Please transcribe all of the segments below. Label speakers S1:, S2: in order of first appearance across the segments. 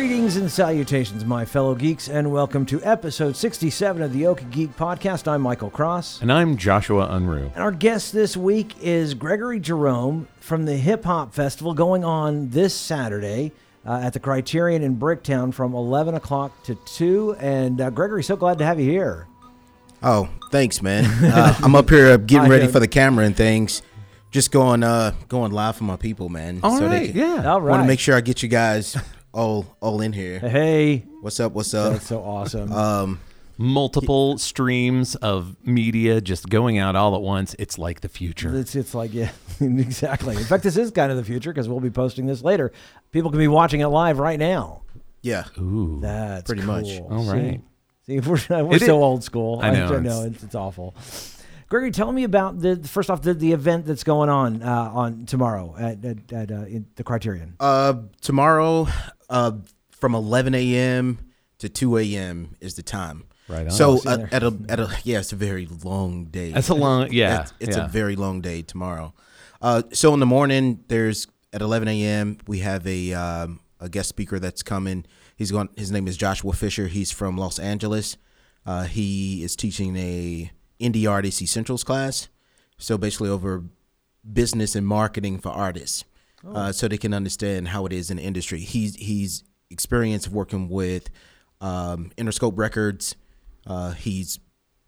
S1: And salutations, my fellow geeks, and welcome to episode 67 of the Okie Geek Podcast. I'm Michael Cross.
S2: And I'm Joshua Unruh.
S1: And our guest this week is Gregory Jerome from the Hip Hop Festival going on this Saturday uh, at the Criterion in Bricktown from 11 o'clock to 2. And uh, Gregory, so glad to have you here.
S3: Oh, thanks, man. Uh, I'm up here uh, getting
S1: I
S3: ready
S1: know.
S3: for the camera and things. Just going, uh, going live for my people, man.
S2: All right,
S3: I
S2: yeah.
S1: All right.
S3: want to make sure I get you guys all, all in here.
S1: Hey,
S3: What's up? What's up?
S1: that's so awesome.
S3: Um,
S2: Multiple streams of media just going out all at once. It's like the future.
S1: It's it's like yeah, exactly. In fact, this is kind of the future because we'll be posting this later. People can be watching it live right now.
S3: yeah,
S2: Ooh.
S1: That's
S3: Pretty
S1: cool.
S3: much.
S2: All right.
S1: See, see we're, we're
S2: It
S1: so
S2: is-
S1: old school.
S2: I know,
S1: I know
S2: it's-
S1: it's, it's awful. Gregory, tell me about the first off the, the event that's going on uh, on tomorrow at at, at uh, in the Criterion.
S3: Uh, tomorrow, uh, from 11 a.m. to 2 a.m. is the time.
S2: Right on.
S3: So
S1: See you
S3: uh,
S1: there.
S3: at a at a yeah, it's a very long day.
S2: That's a long, yeah.
S3: That's- it's
S2: yeah.
S3: a very long day tomorrow. Uh, so in the morning, there's at 11 a.m. We have a um, a guest speaker that's coming. He's going. His name is Joshua Fisher. He's from Los Angeles. Uh, he is teaching a indie artist essentials class. So basically, over business and marketing for artists,
S2: Oh.
S3: uh, so they can understand how it is in the industry. He's he's experienced working with um, Interscope Records. Uh, he's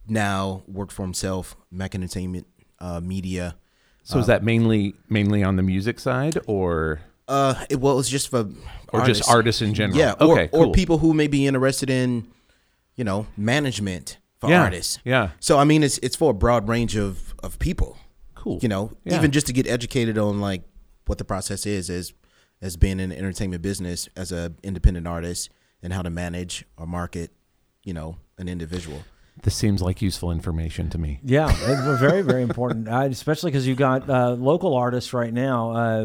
S3: now worked for himself, Mac Entertainment uh, Media.
S2: so is that mainly mainly on the music side or
S3: Uh, it, well, it's just for
S2: or just artists in general?
S3: yeah, or,
S2: Okay. cool.
S3: or people who may be interested in, you know, management for
S2: Yeah,
S3: artists.
S2: yeah.
S3: So I mean, it's it's for a broad range of of people.
S2: Cool.
S3: You know,
S2: Yeah.
S3: even just to get educated on like what the process is as as being in the entertainment business as a independent artist and how to manage or market, you know, an individual.
S2: This seems like useful information to me.
S1: Yeah, it was very, very important, I, especially because you've got uh, local artists right now. Uh, uh,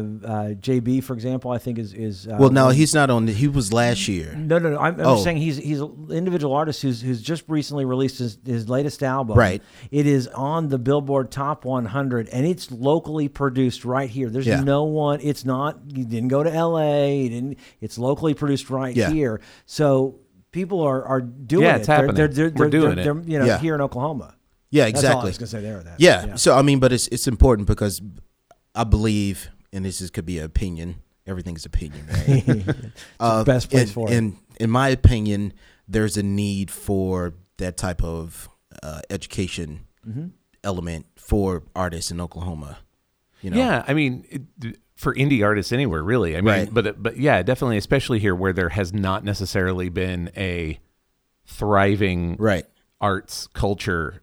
S1: JB, for example, I think is is uh,
S3: Well, no, he's not on. He was last year.
S1: No, no, no. I'm, I'm
S3: Oh.
S1: just saying he's he's an individual artist who's who's just recently released his, his latest album.
S3: Right.
S1: It is on the Billboard Top 100, and it's locally produced right here. There's
S3: Yeah.
S1: no one. It's not. You didn't go to L.A. You didn't. It's locally produced right
S3: Yeah.
S1: here. So people are are doing
S2: Yeah,
S1: it.
S2: it's
S1: They're-
S2: happening.
S1: They're, they're,
S2: We're
S1: they're-
S2: doing
S1: they're-
S2: it.
S1: You know,
S3: Yeah.
S1: here in Oklahoma.
S3: Yeah,
S1: That's
S3: exactly.
S1: all I was gonna say there. That.
S3: Yeah. So I mean, but it's it's important because I believe, and this is, could be an opinion. Everything's opinion, right? uh,
S1: best place
S3: in,
S1: for it.
S3: in, In my opinion, there's a need for that type of uh, education
S2: Mm-hmm.
S3: element for artists in Oklahoma. You know,
S2: Yeah, I mean, it, for indie artists anywhere, really. I mean,
S3: Right.
S2: but but yeah, definitely, especially here where there has not necessarily been a thriving
S3: right.
S2: arts culture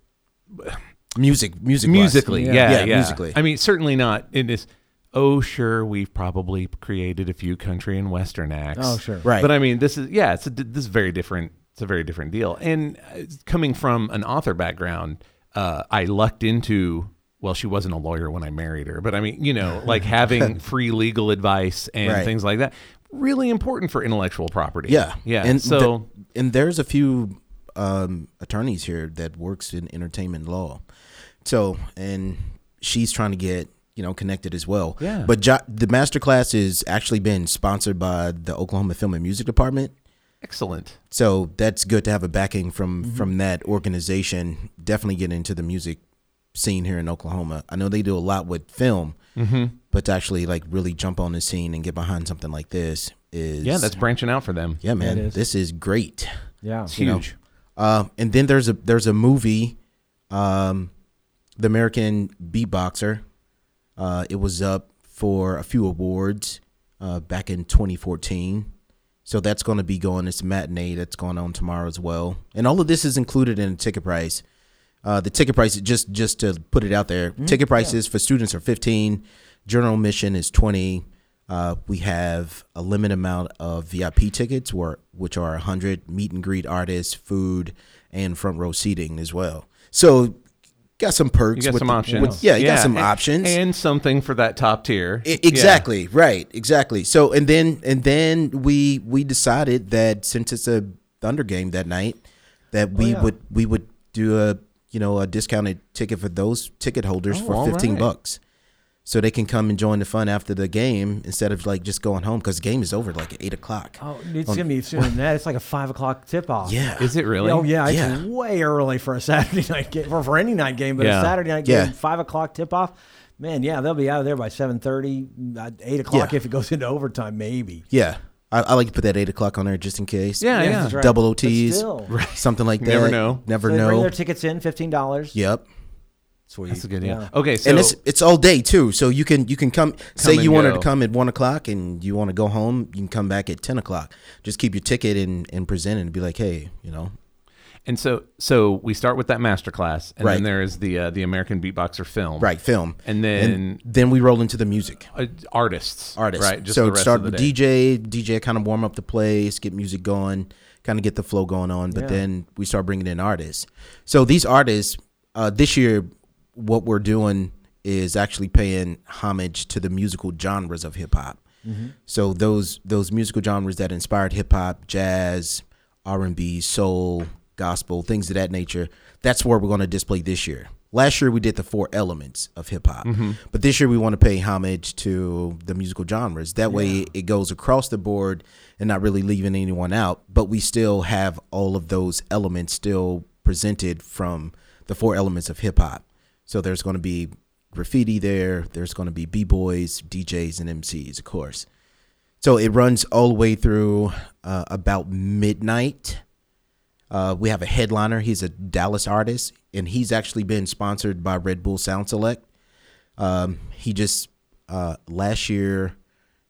S3: Music, music,
S2: musically. Yeah, yeah,
S3: musically.
S2: I mean, certainly not in this. Oh, sure, we've probably created a few country and western acts.
S1: Oh, sure.
S3: Right.
S2: But I mean, this is yeah, it's a, this is very different. It's a very different deal. And uh, coming from an author background, uh, I lucked into. Well, she wasn't a lawyer when I married her, but I mean, you know, like having free legal advice and
S3: Right.
S2: things like that, really important for intellectual property.
S3: Yeah,
S2: yeah.
S3: And
S2: so
S3: th- and there's a few um, attorneys here that works in entertainment law. So, and she's trying to get you know connected as well.
S2: Yeah.
S3: But jo- the masterclass is actually been sponsored by the Oklahoma Film and Music Department.
S2: excellent.
S3: So that's good to have a backing from
S2: Mm-hmm.
S3: from that organization. Definitely get into the music scene here in Oklahoma. I know they do a lot with film,
S2: Mm-hmm.
S3: but to actually like really jump on the scene and get behind something like this is
S2: Yeah, that's branching out for them.
S3: yeah, man.
S1: is.
S3: This is great.
S1: Yeah.
S2: It's
S1: You know,
S2: huge.
S3: Uh, and then there's a there's a movie, um, the American Beatboxer. Uh, it was up for a few awards uh, back in 2014. So that's going to be going. It's a matinee that's going on tomorrow as well. And all of this is included in the ticket price. Uh, the ticket price just just to put it out there. ticket prices for students are 15. General admission is 20. Uh, we have a limited amount of VIP tickets, where, which are 100 meet and greet artists, food, and front row seating as well. So, got some perks.
S2: You got
S3: with
S2: some
S3: the-
S2: options.
S3: with- yeah, you got some
S2: and-
S3: options.
S2: and something for that top tier.
S3: I- exactly right exactly so and then and then we we decided that since it's a thunder game that night that
S2: Oh,
S3: we
S1: yeah.
S3: would we would do a you know a discounted ticket for those ticket holders
S2: Oh, all
S3: for 15
S2: right.
S3: bucks so they can come and join the fun after the game instead of like just going home because the game is over like at eight o'clock.
S1: Oh, it's gonna be sooner than that. It's like a five o'clock tip off.
S3: Yeah,
S2: Is it really?
S1: Oh yeah, it's
S3: Yeah.
S1: way early for a Saturday night game, or for any night game, but
S2: Yeah.
S1: a Saturday night game,
S3: Yeah.
S1: five o'clock tip off. Man, yeah, they'll be out of there by seven thirty, uh, eight o'clock
S3: Yeah.
S1: if it goes into overtime, maybe.
S3: yeah. I, I like to put that eight o'clock on there just in case.
S2: Yeah, yeah.
S1: that's right.
S3: double
S1: But still.
S3: OTs, something like that.
S2: Never know.
S1: So
S3: Never
S1: they bring
S3: know.
S1: their tickets in, fifteen dollars.
S3: yep.
S1: sweet.
S2: That's a good idea. Okay, so
S3: and it's it's all day too. So you can you can come, say
S2: and
S3: you wanted
S2: go.
S3: to come at one o'clock and you want to go home, you can come back at ten o'clock. Just keep your ticket and and present it and be like, hey, you know,
S2: and so so we start with that master class, and then
S3: Right.
S2: there is the uh, the American Beatboxer film,
S3: right, film,
S2: And then
S3: then we roll into the music
S2: uh, artists,
S3: artists.
S2: right? Just
S3: so
S2: the rest
S3: start
S2: of the
S3: with
S2: day.
S3: DJ, DJ kind of warm up the place, get music going, kind of get the flow going on. But
S1: Yeah.
S3: then we start bringing in artists. So these artists uh, this year, what we're doing is actually paying homage to the musical genres of hip hop.
S2: Mm-hmm.
S3: So those those musical genres that inspired hip hop, jazz, R and B, soul, gospel, things of that nature. That's where we're going to display this year. Last year we did the four elements of hip hop, but this year we want to pay homage to the musical genres. That way it goes across the board and not really leaving anyone out. But we still have all of those elements still presented from the four elements of hip hop. So there's going to be graffiti there. There's going to be b boys, DJs, and MCs, of course. So it runs all the way through uh, about midnight. Uh, we have a headliner. He's a Dallas artist, and he's actually been sponsored by Red Bull Sound Select. Um, he just uh, last year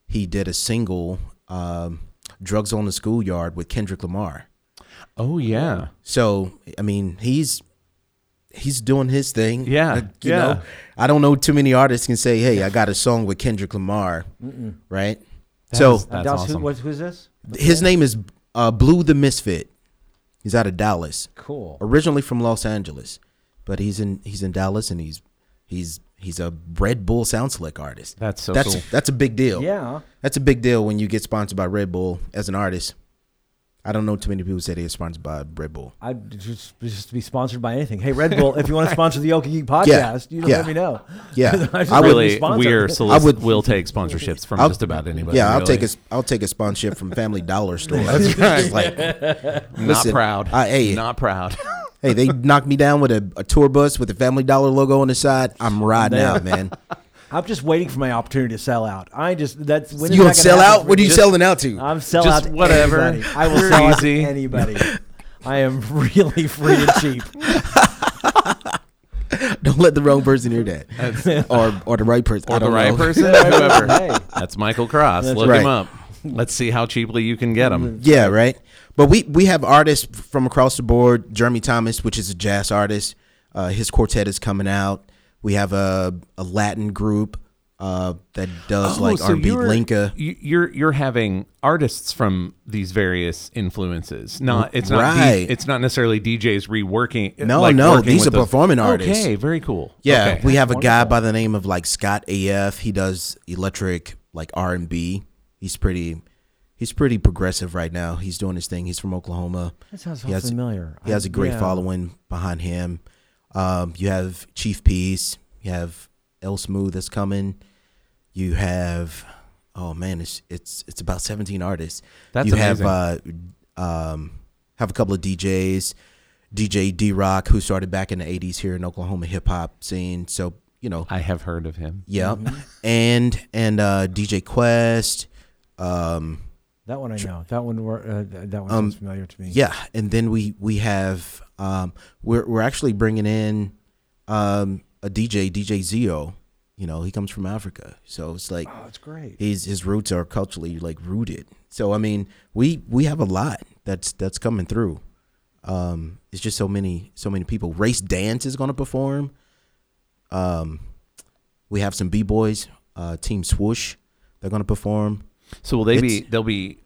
S3: he did a single, um, "Drugs on the Schoolyard" with Kendrick Lamar.
S2: Oh yeah,
S3: So I mean, he's he's doing his thing.
S2: Yeah,
S3: Like, you
S2: yeah.
S3: know, I don't know too many artists can say, "Hey, I got a song with Kendrick Lamar," right? so
S2: is- That's
S1: Dallas, who-
S2: awesome.
S1: what's- who's this?
S3: his name is uh, Blue the Misfit. He's out of Dallas,
S1: Cool.
S3: originally from Los Angeles, but he's in he's in Dallas, and he's he's he's a Red Bull sound select artist.
S2: That's so
S3: that's
S2: cool.
S3: that's a big deal.
S1: Yeah.
S3: that's a big deal when you get sponsored by Red Bull as an artist. I don't know too many people who say they're sponsored by Red Bull.
S1: I just just to be sponsored by anything. Hey, Red Bull, if you want to sponsor the Yoki Geek podcast, you just
S3: Yeah.
S1: let me know.
S3: Yeah.
S1: I, just want
S3: I
S1: to be
S2: really
S1: sponsored.
S2: we're
S3: I
S2: solic-
S3: would-
S2: will take sponsorships from
S3: I'll-
S2: just about anybody.
S3: yeah, I'll
S2: really.
S3: take a I'll take a sponsorship from Family Dollar Store.
S2: right.
S3: Just like,
S2: Not
S3: listen,
S2: proud.
S3: I- hey.
S2: not proud.
S3: hey, they knocked me down with a, a tour bus with the Family Dollar logo on the side. I'm riding out, man.
S1: I'm just waiting for my opportunity to sell out. I just that's when is
S3: You
S1: that
S3: gonna sell
S1: happen
S3: out?
S1: for
S3: What are
S1: me?
S3: you selling out to?
S1: I'm selling
S2: Just
S1: out to
S2: whatever.
S1: anybody. I will
S2: You're
S1: sell out to
S2: easy.
S1: anybody. I am really free and cheap.
S3: Don't let the wrong person hear that, or or the right person. I
S2: or the
S3: don't
S2: right
S3: know.
S2: person, whoever.
S1: Hey.
S2: That's Michael Cross. Look him
S3: right. Mm-hmm.
S2: up. Let's see how cheaply you can get him.
S3: Yeah, right. But we we have artists from across the board. Jeremy Thomas, which is a jazz artist, uh, his quartet is coming out. We have a a Latin group uh, that does like
S2: Oh, so
S3: R&B,
S2: you're-
S3: Linka.
S2: you- You're you're having artists from these various influences. Not it's not D-
S3: Right.
S2: it's not necessarily DJs reworking. uh,
S3: No,
S2: like
S3: no,
S2: working
S3: these
S2: with
S3: are
S2: those-
S3: performing artists.
S2: Okay, very cool.
S3: Yeah,
S2: Okay.
S3: we have a guy by the name of like Scott AF. He does electric like R and B. He's pretty, he's pretty progressive right now. He's doing his thing. He's from Oklahoma.
S1: That sounds
S3: He has-
S1: familiar.
S3: He has a great
S1: Yeah.
S3: following behind him. Um, you have Chief Peace. You have L Smooth that's coming. You have, oh man, it's it's it's about seventeen artists.
S2: That's
S3: you have uh, um, have a couple of DJs. DJ D Rock, who started back in the '80s here in Oklahoma hip hop scene. So you know,
S2: I have heard of him.
S3: yeah, and and uh, DJ Quest. Um,
S1: That one I know. That one were, uh, th- that one sounds familiar to me.
S3: Yeah, and then we we have um, we're we're actually bringing in um, a DJ DJ Zio. You know, he comes from Africa, so it's like
S1: Oh, it's great.
S3: his his roots are culturally like rooted. So I mean, we we have a lot that's that's coming through. Um, it's just so many so many people. Race Dance is going to perform. Um, we have some b boys, uh, Team Swoosh. They're going to perform.
S2: So will they be?
S3: It's-
S2: They'll be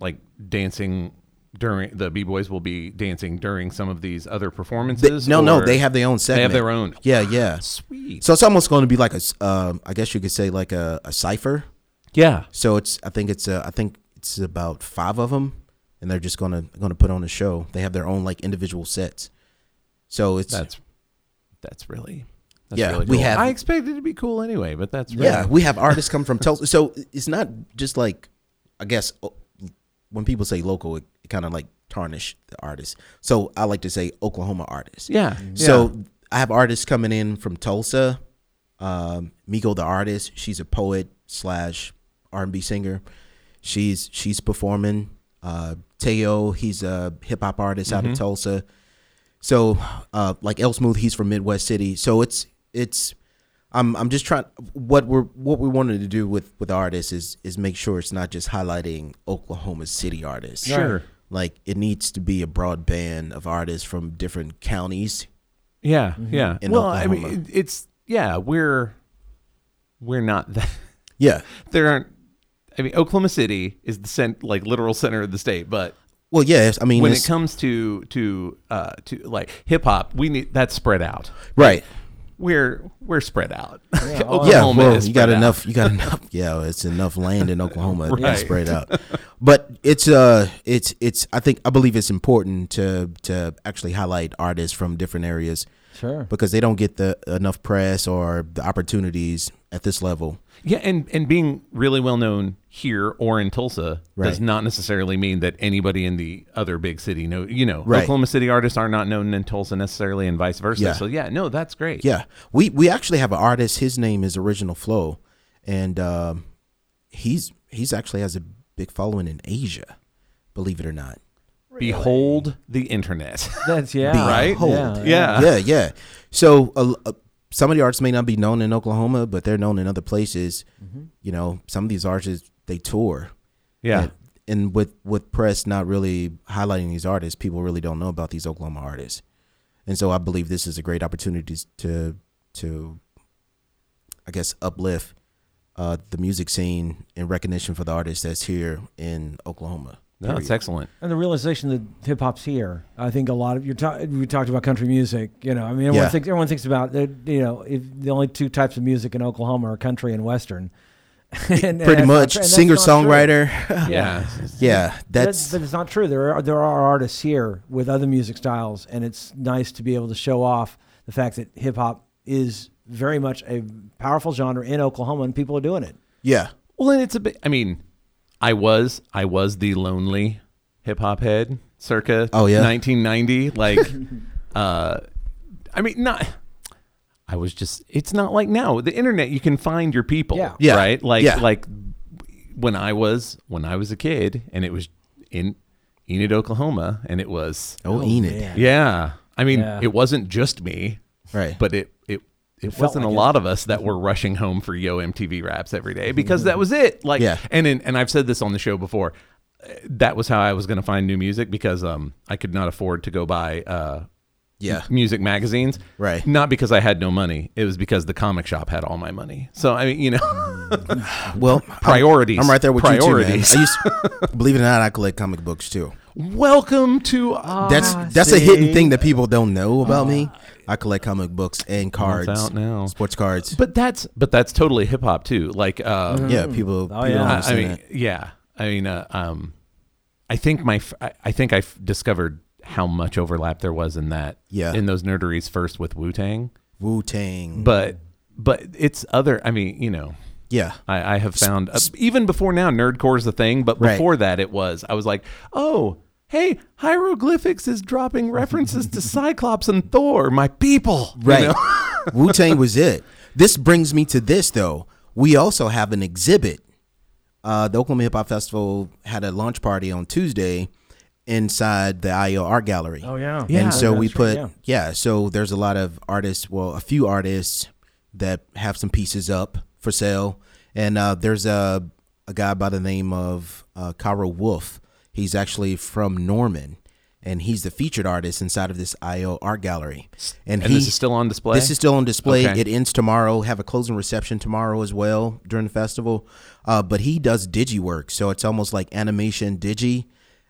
S2: like dancing during the b boys. Will be dancing during some of these other
S3: They-
S2: performances.
S3: no, no,
S2: or-
S3: they have their own segment.
S2: They have their own.
S3: Yeah, yeah.
S2: Sweet.
S3: So it's almost going to be like a, s- um, I guess you could say like a, a cipher.
S2: Yeah.
S3: So it's, I think it's, uh, I think it's about five of them, and they're just gonna gonna put on a show. They have their own like individual sets. So it's
S2: That's that's really That's
S3: Yeah,
S2: really
S3: we
S2: cool.
S3: have-
S2: I expected it to be cool anyway, but that's really,
S3: Yeah, we have artists come from Tulsa. So it's not just like, I guess, o- when people say local, it, it kind of like tarnish the artist. So I like to say Oklahoma artists.
S2: yeah.
S3: So I have artists coming in from Tulsa. Um, Miko the artist, she's a poet slash R and B singer. She's she's performing. Uh, Teo, he's a hip hop artist out
S2: Mm-hmm.
S3: of Tulsa. So uh, like El Smooth, he's from Midwest City. So it's it's I'm I'm just trying what we're what we wanted to do with with artists is is make sure it's not just highlighting Oklahoma City artists.
S2: Sure.
S3: Like it needs to be a broad band of artists from different counties
S2: Yeah, yeah.
S3: Mm-hmm. In
S2: well, I
S3: Oklahoma.
S2: mean, it- it's yeah, we're we're not that.
S3: Yeah.
S2: There aren't. I mean, Oklahoma City is the cent, like literal center of the state, but
S3: Well, yes. I mean,
S2: when it
S3: it's-
S2: comes to to uh to like hip hop, we need that's spread out.
S3: right?
S2: We're we're spread out.
S3: Yeah.
S2: Oklahoma
S3: Well,
S2: is
S3: you got
S2: spread out.
S3: enough. You got enough. Yeah, it's enough land in Oklahoma
S2: Right.
S3: to spread out. But it's uh, it's it's. I think I believe it's important to to actually highlight artists from different areas
S1: Sure.
S3: because they don't get the enough press or the opportunities at this level.
S2: Yeah, and and being really well known here or in Tulsa does
S3: Right.
S2: not necessarily mean that anybody in the other big city know. You know,
S3: Right.
S2: Oklahoma City artists are not known in Tulsa necessarily, and vice versa.
S3: Yeah.
S2: So yeah, no, that's great.
S3: Yeah, we we actually have an artist. His name is Original Flow, and um, he's he's actually has a big following in Asia. Believe it or not.
S2: Behold the internet.
S1: That's yeah.
S2: Right?
S3: Hold.
S1: Yeah.
S2: yeah.
S3: yeah, yeah. So uh, uh, some of the artists may not be known in Oklahoma, but they're known in other places.
S1: Mm-hmm.
S3: You know, some of these artists they tour.
S2: Yeah.
S3: And, and with with press not really highlighting these artists, people really don't know about these Oklahoma artists. And so I believe this is a great opportunity to to I guess uplift uh, the music scene and recognition for the artists that's here in Oklahoma.
S2: No, it's excellent.
S1: And the realization that hip hop's here. I think a lot of you ta- we talked about country music. You know, I mean, everyone
S3: Yeah.
S1: thinks everyone thinks about that. You know, if the only two types of music in Oklahoma are country and western. and,
S3: Pretty much singer songwriter.
S2: Yeah.
S3: yeah,
S1: That's
S3: that's
S1: but it's not true. There are there are artists here with other music styles, and it's nice to be able to show off the fact that hip hop is very much a powerful genre in Oklahoma, and people are doing it.
S3: yeah.
S2: Well, and it's a bit. I mean, I was I was the lonely hip hop head circa
S3: Oh, yeah.
S2: 1990. Like, uh, I mean, not. I was just. It's not like now. The internet, you can find your people.
S1: Yeah.
S3: Yeah.
S2: Right. Like
S3: Yeah.
S2: like when I was when I was a kid, and it was in Enid, Oklahoma, and it was.
S3: Oh, Enid.
S1: man.
S2: Yeah. I mean,
S1: Yeah.
S2: it wasn't just me,
S3: Right.
S2: but it it it,
S1: felt
S2: wasn't
S1: like
S2: a
S1: it.
S2: lot of us that were rushing home for Yo MTV Raps every day because that was it. Like,
S3: Yeah.
S2: and in, and I've said this on the show before. uh, That was how I was going to find new music because um I could not afford to go buy uh
S3: Yeah.
S2: music magazines
S3: Right.
S2: not because I had no money it was because the comic shop had all my money so I mean you know
S3: Well,
S2: Priorities.
S3: I'm, I'm right there with
S2: Priorities.
S3: you too, man. I used, believe it or not, I collect comic books too.
S2: welcome to uh,
S3: That's
S1: Ah,
S3: that's a
S1: see? Ah.
S3: hidden thing that people don't know about me. I collect comic books and cards,
S2: out now.
S3: sports cards.
S2: but that's but that's totally hip hop too like uh
S3: yeah,
S1: mm.
S3: people. people
S1: yeah.
S3: don't
S2: I- I
S3: understand
S2: mean,
S3: that.
S2: yeah. I mean, uh, um, I think my, f- I, I think I f- discovered how much overlap there was in that,
S3: Yeah.
S2: in those nerderies first with Wu Tang,
S3: Wu Tang.
S2: but but it's other. I mean, you know,
S3: yeah,
S2: I, I have found uh, even before now, nerdcore is the thing, but
S3: Right.
S2: before that, it was. I was like, oh. Hey, hieroglyphics is dropping references to Cyclops and Thor, my people. you
S3: right.
S2: know?
S3: Wu Tang was it. This brings me to this though. We also have an exhibit. Uh, the Oklahoma Hip Hop Festival had a launch party on Tuesday inside the IO Art Gallery.
S1: Oh, yeah,
S2: Yeah.
S3: and so we
S1: that's right,
S3: put
S1: yeah.
S3: yeah. so there's a lot of artists well a few artists that have some pieces up for sale and uh, there's a, a guy by the name of uh, Cairo wolf he's actually from norman and he's the featured artist inside of this io art gallery and,
S2: And
S3: he,
S2: this is still on display?
S3: this is still on display
S2: Okay.
S3: it ends tomorrow have a closing reception tomorrow as well during the festival uh, but he does digi work so it's almost like animation digi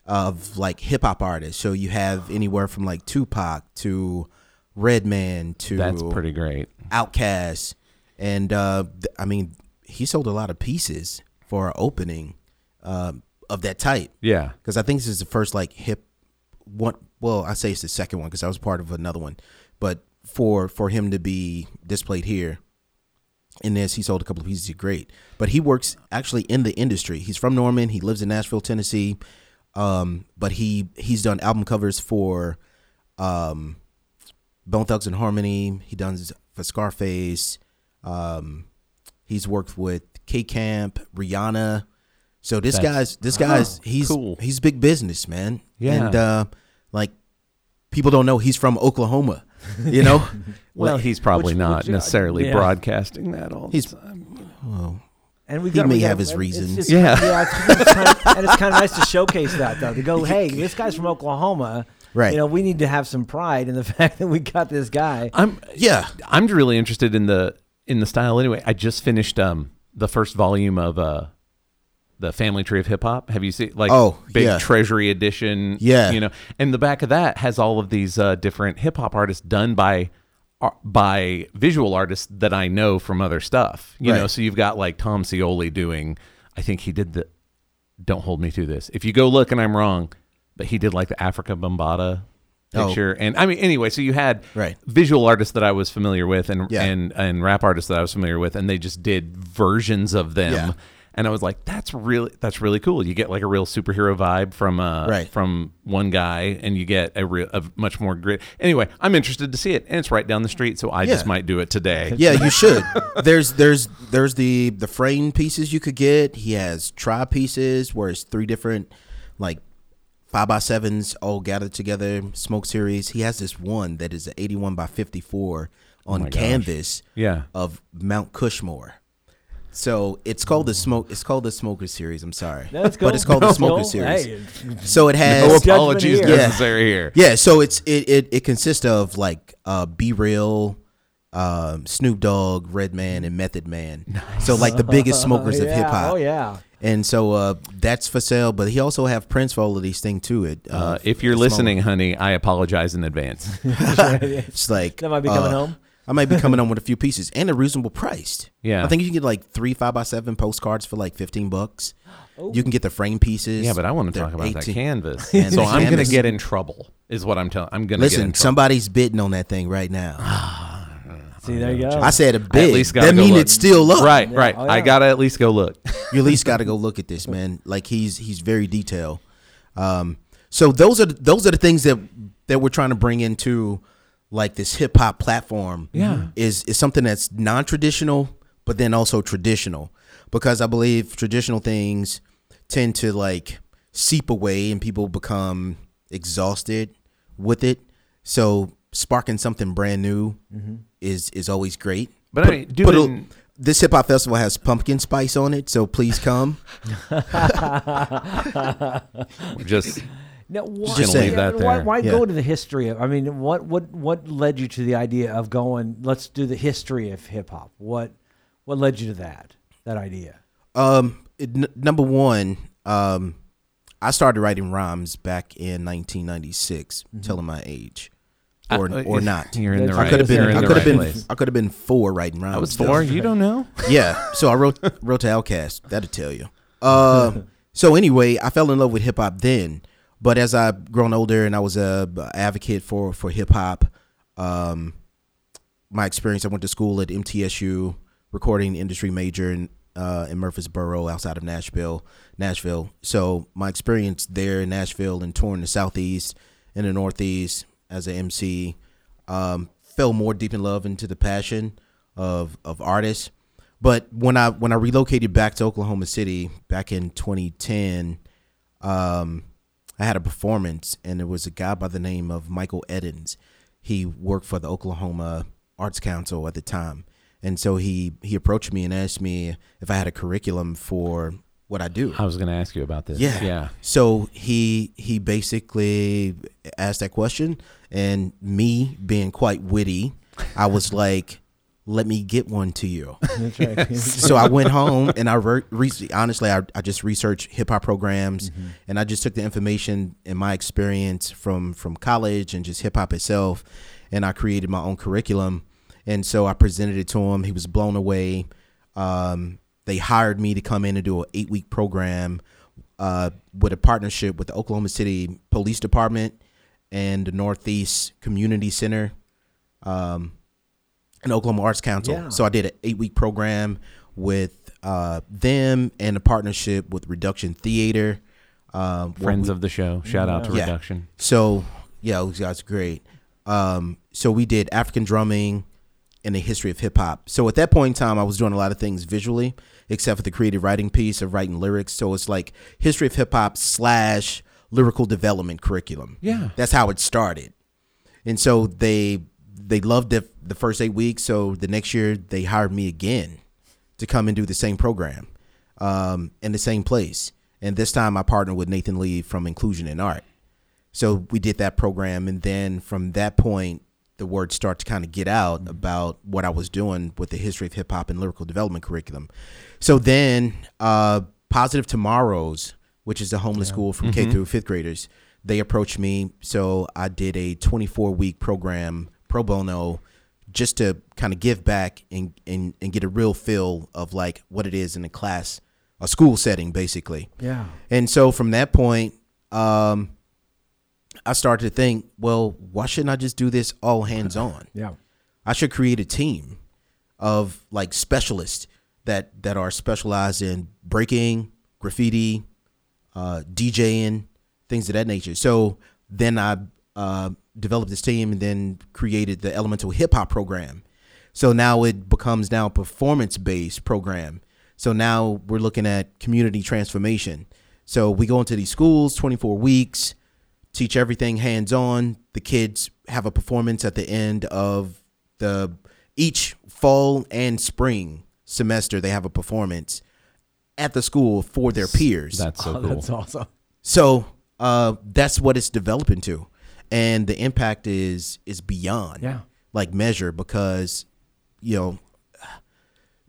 S3: of like hip hop artists. So you have anywhere from like Tupac to Redman to
S2: That's pretty great.
S3: Outcast, and uh, th- I mean he sold a lot of pieces for an opening um of that type.
S2: Yeah.
S3: because I think this is the first like hip one. Well, I say it's the second one because I was part of another one, but for for him to be displayed here. In this, he sold a couple of pieces of great, but he works actually in the industry. He's from Norman. He lives in Nashville, Tennessee. Um, but he he's done album covers for um, Bone Thugs and Harmony. He does for Scarface. Um, he's worked with K Camp, Rihanna. So this
S2: That's-
S3: guy's this guy's he's
S2: cool.
S3: he's big business, man.
S2: Yeah.
S3: And uh, like people don't know he's from Oklahoma. You know?
S2: Well,
S3: Like,
S2: he's probably
S1: which-
S2: not
S1: which, uh,
S2: necessarily
S1: yeah.
S2: broadcasting that all
S3: He's-
S2: the time.
S3: well,
S1: And we
S3: He
S1: got,
S3: may
S1: we
S3: have his
S1: it's
S3: reasons.
S1: just-
S2: Yeah.
S1: it's- it's kinda- and it's kind of nice to showcase that though. To go, hey, this guy's from Oklahoma.
S3: Right.
S1: You know, we need to have some pride in the fact that we got this guy.
S2: I'm
S3: yeah.
S2: I'm really interested in the in the style anyway. I just finished um the first volume of uh the Family Tree of Hip Hop. Have you seen like
S3: Oh,
S2: big
S3: yeah.
S2: Treasury edition?
S3: Yeah.
S2: you know, and the back of that has all of these uh, different hip hop artists done by ar- by visual artists that I know from other stuff. You know,
S3: Right.
S2: so you've got like Tom Cioli doing. I think he did the. Don't hold me to this. If you go look and I'm wrong, but he did like the Africa Bombata
S3: Oh.
S2: picture, and I mean anyway. So you had
S3: Right.
S2: visual artists that I was familiar with and
S3: Yeah.
S2: and and rap artists that I was familiar with and they just did versions of them.
S3: Yeah.
S2: And I was like, that's really that's really cool. You get like a real superhero vibe from uh
S3: Right.
S2: from one guy and you get a real a much more grit. Anyway, I'm interested to see it and it's right down the street, so I just
S3: Yeah.
S2: might do it today.
S3: Yeah, you should. There's there's there's the the frame pieces you could get. He has tri pieces where it's three different like five by sevens all gathered together, smoke series. He has this one that is an eighty one by fifty four on canvas
S2: Yeah.
S3: of Mount Cushmore. So it's called the smoke it's called the smoker series, I'm sorry.
S1: That's cool.
S3: But it's called the
S1: No,
S3: smoker
S1: cool.
S3: series.
S1: Hey,
S3: So it has
S2: No
S1: Judgment
S2: apologies
S1: here.
S2: necessary here.
S3: yeah, so it's it it, it consists of like uh Be Real, um, Snoop Dogg, Redman, and Method Man. So like the biggest smokers of
S1: yeah.
S3: hip hop.
S1: Oh yeah.
S3: And so uh, that's for sale, but he also have prints for all of these things too. It uh,
S2: Uh, if you're
S3: it's small.
S2: listening, honey, I apologize in advance.
S3: it's like
S1: That might be coming
S3: uh,
S1: home.
S3: I might be coming home with a few pieces and a reasonable price.
S2: Yeah.
S3: I think you can get like three five by seven postcards for like fifteen bucks.
S1: Oh.
S3: You can get the frame pieces.
S2: Yeah, but I want to
S3: They're
S2: talk about that
S3: 18
S2: canvas.
S3: And
S2: so
S3: the
S2: I'm going
S3: canvas.
S2: to get in trouble, is what I'm telling. I'm going to get in
S3: Listen,
S2: trouble.
S3: somebody's bidding on that thing right now.
S1: See, there you go.
S3: I said a
S2: I
S3: bid.
S2: at least gotta
S3: that
S2: go
S3: mean
S2: look.
S3: it's still up.
S2: Right, right.
S1: Oh,
S2: I
S1: yeah.
S2: gotta at least go look.
S3: you at least got to go look at this man like he's he's very detailed um so those are those are the things that that we're trying to bring into like this hip hop platform
S2: Yeah.
S3: is is something that's non-traditional but then also traditional because i believe traditional things tend to like seep away and people become exhausted with it so sparking something brand new is is always great
S2: Mm-hmm. But I mean,
S3: Put- put a-
S2: doing-
S3: this hip hop festival has pumpkin spice on it, so please come.
S2: Just
S1: Now, why,
S3: Just saying.
S2: That
S1: why,
S2: there.
S1: why
S3: Yeah.
S1: go to the history of? I mean, what what what led you to the idea of going? Let's do the history of hip hop. What what led you to that that idea?
S3: Um, it- n- number one, um, I started writing rhymes back in 1996, telling my age, or
S2: I- uh,
S3: or not.
S2: You're in the
S1: I
S2: right.
S3: I could have
S2: you're
S3: been.
S2: in
S3: I
S2: the
S3: could have
S2: right
S3: been.
S2: place.
S3: I could have been four writing rhymes.
S2: I was four. You don't know.
S3: yeah. So I wrote wrote to Outcast. That'll tell you. Uh, so anyway, I fell in love with hip hop then, but as I've grown older and I was a b- advocate for for hip hop, um, my experience. I went to school at MTSU, recording industry major in uh, in Murfreesboro, outside of Nashville, Nashville. So my experience there in Nashville and touring the Southeast and the Northeast as an MC um, fell more deep in love into the passion of of artists. But when I when I relocated back to Oklahoma City back in 2010, um, I had a performance, and it was a guy by the name of Michael Edens. He worked for the Oklahoma Arts Council at the time, and so he he approached me and asked me if I had a curriculum for what I do.
S2: I was going to ask you about this.
S3: Yeah.
S2: Yeah.
S3: So he he basically asked that question, and me being quite witty, I was like, "Let me get one to you."
S1: That's right.
S3: so I went home and I re- re- honestly I, I just researched hip hop programs and I just took the information and my experience from from college and just hip hop itself and I created my own curriculum and so I presented it to him he was blown away um, they hired me to come in and do an eight week program uh, with a partnership with the Oklahoma City Police Department and the Northeast Community Center um, an Oklahoma Arts Council.
S1: Yeah.
S3: So I did an eight week program with uh, them and a partnership with Reduction Theater. Um, where
S2: Friends
S3: we-
S2: of the show. Shout out to
S3: Yeah.
S2: Reduction.
S3: so yeah, it was, that's great. Um, so we did African drumming and the history of hip hop. So at that point in time, I was doing a lot of things visually, except for the creative writing piece of writing lyrics. So it's like history of hip hop slash lyrical development curriculum.
S2: Yeah.
S3: that's how it started. And so they they loved it the first eight weeks. So the next year they hired me again to come and do the same program um, in the same place. And this time I partnered with Nathan Lee from Inclusion in Art. So we did that program, and then from that point, the word started to kind of get out about what I was doing with the history of hip hop and lyrical development curriculum. So then, uh, Positive Tomorrows, which is a homeless school from K through fifth graders, they approached me. So I did a 24 week program pro bono just to kind of give back and, and, and get a real feel of like what it is in a class, a school setting, basically.
S1: Yeah.
S3: And so from that point, um, I started to think, well, why shouldn't I just do this all hands on?
S1: Yeah.
S3: I should create a team of like specialists that that are specialized in breaking, graffiti, uh, DJing, things of that nature. So then I uh, developed this team and then created the Elemental Hip Hop program. So now it becomes now a performance based program. So now we're looking at community transformation. So we go into these schools, 24 weeks, teach everything hands on. The kids have a performance at the end of the each fall and spring semester. They have a performance at the school for their peers.
S2: That's so
S1: Oh,
S2: cool.
S1: That's awesome.
S3: So uh, that's what it's developing to, and the impact is is beyond
S1: Yeah.
S3: like measure because you know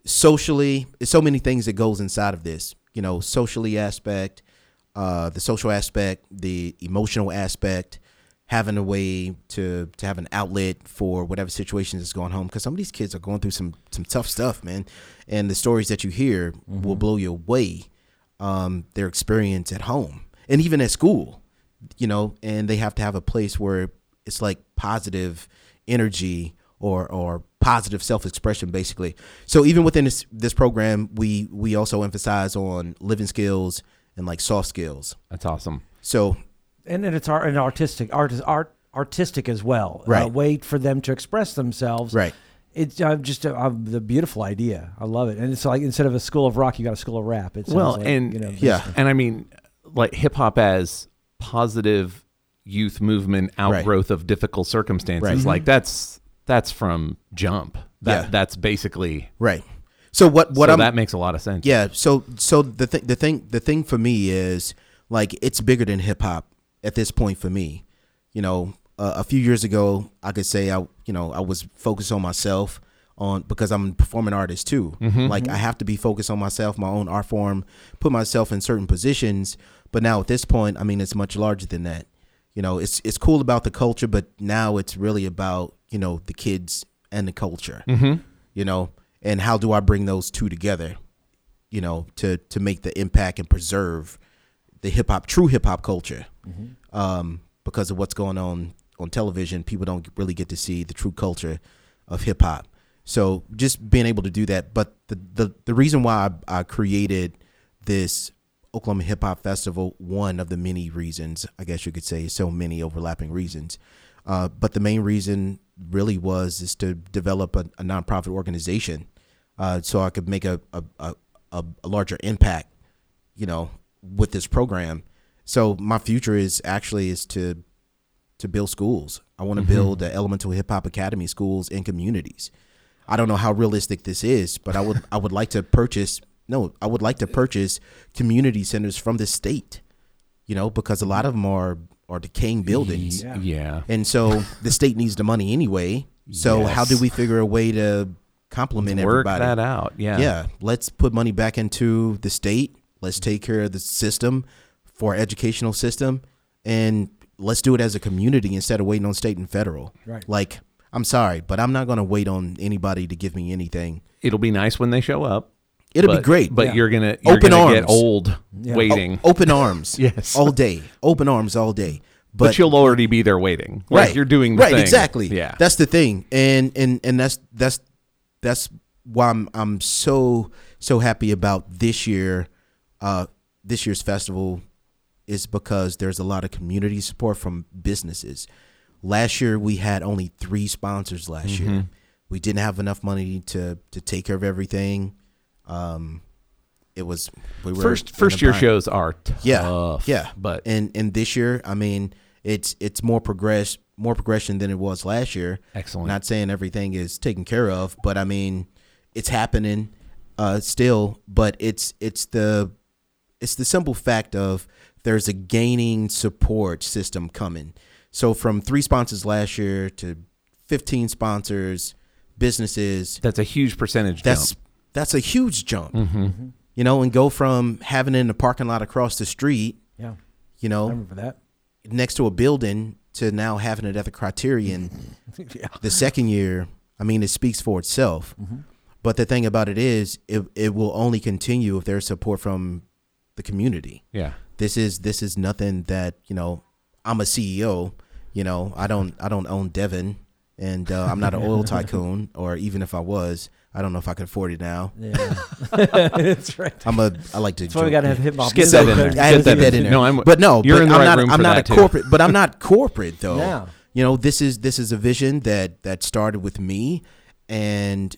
S3: socially there's so many things that goes inside of this you know socially aspect uh the social aspect the emotional aspect having a way to to have an outlet for whatever situations is going home because some of these kids are going through some some tough stuff man and the stories that you hear will blow you away um their experience at home and even at school you know and they have to have a place where it's like positive energy or or positive self-expression basically so even within this this program we we also emphasize on living skills and like soft skills
S2: That's awesome.
S3: so
S1: and then it's art and artistic art is art artistic as well uh,
S3: Right.
S1: wait for them to express themselves
S3: Right.
S1: it's uh, just a, uh, the beautiful idea i love it and it's like instead of a school of rock you got a school of rap it's
S2: well
S1: like,
S2: and
S1: you know
S3: yeah.
S2: and i mean like hip hop as positive youth movement outgrowth of difficult circumstances
S3: Right.
S2: like that's that's from jump that
S3: Yeah.
S2: that's basically
S3: right so what what
S2: so
S3: i'm
S2: that makes a lot of sense
S3: yeah so so the thing the thing the thing for me is like it's bigger than hip-hop at this point for me you know uh, a few years ago i could say i you know i was focused on myself on because i'm a performing artist too like i have to be focused on myself my own art form put myself in certain positions but now at this point i mean it's much larger than that you know it's it's cool about the culture but now it's really about you know the kids and the culture you know and how do i bring those two together you know, to to make the impact and preserve the hip hop, true hip hop culture. Um, because of what's going on on television, people don't really get to see the true culture of hip hop. So just being able to do that, but the the, the reason why I, I created this Oklahoma Hip Hop Festival, one of the many reasons, I guess you could say, so many overlapping reasons. Uh, but the main reason really was is to develop a, a nonprofit organization uh, so I could make a, a, a, a a larger impact, you know, with this program. So my future is actually is to to build schools. I want to build the Elemental Hip Hop Academy schools in communities. I don't know how realistic this is, but I would I would like to purchase no, I would like to purchase community centers from the state, you know, because a lot of them are are decaying buildings.
S2: yeah,
S1: Yeah.
S3: And so the state needs the money anyway. So how do
S2: Yes.
S3: we figure a way to complement
S2: work
S3: everybody?
S2: that out yeah
S3: yeah, let's put money back into the state. Let's take care of the system for our educational system, and let's do it as a community instead of waiting on state and federal.
S1: Right.
S3: Like, I'm sorry, but I'm not going to wait on anybody to give me anything.
S2: it'll be nice when they show up
S3: It'll
S2: but,
S3: be great.
S2: but
S1: Yeah.
S2: you're gonna you're
S3: Open
S2: gonna get
S3: arms. Oh,
S2: old
S1: Yeah.
S2: waiting
S3: O- open arms.
S2: Yes.
S3: All day. Open arms all day.
S2: but, you'll already be there waiting. Like you're doing the
S3: right
S2: thing.
S3: exactly.
S2: Yeah,
S3: that's the thing, and and and that's that's that's why I'm I'm so so happy about this year. Uh, this year's festival is because there's a lot of community support from businesses. Last year we had only three sponsors. Last
S2: Mm-hmm.
S3: year we didn't have enough money to to take care of everything. Um, it was we were in
S2: first
S3: a
S2: first year
S3: bind.
S2: shows are tough.
S3: Yeah, yeah.
S2: but
S3: and and this year, I mean, it's it's more progress, more progression than it was last year.
S2: Excellent.
S3: Not saying everything is taken care of, but I mean, it's happening uh, still. But it's it's the it's the simple fact of there's a gaining support system coming. So from three sponsors last year to 15 sponsors, businesses,
S2: that's a huge percentage.
S3: that's
S2: jump. Mm-hmm.
S3: that's a huge jump. You know, and go from having it in the parking lot across the street,
S1: Yeah,
S3: you
S1: I
S3: know,
S1: remember that.
S3: next to a building to now having it at the Criterion
S1: yeah.
S3: the second year. I mean, it speaks for itself.
S1: Mm-hmm.
S3: But the thing about it is, it, it will only continue if there's support from the community.
S2: yeah.
S3: This is this is nothing that you know. I'm a CEO. You know, I don't I don't own Devon, and uh, I'm not an oil tycoon. Or even if I was, I don't know if I could afford it now.
S1: Yeah, that's right.
S3: I'm a. I like to.
S1: That's why we
S3: joke.
S1: got to have hip hop.
S2: Just get that in there.
S3: I had to
S2: Get that
S3: get
S2: in
S3: that
S2: there.
S3: in there.
S2: No, I'm-
S3: But no,
S2: you're
S3: but
S2: in the
S3: I'm
S2: right
S3: not,
S2: room
S3: I'm
S2: for
S3: not
S2: that,
S3: a
S2: too.
S3: corporate. But I'm not corporate though.
S1: No.
S3: You know, this is this is a vision that that started with me, and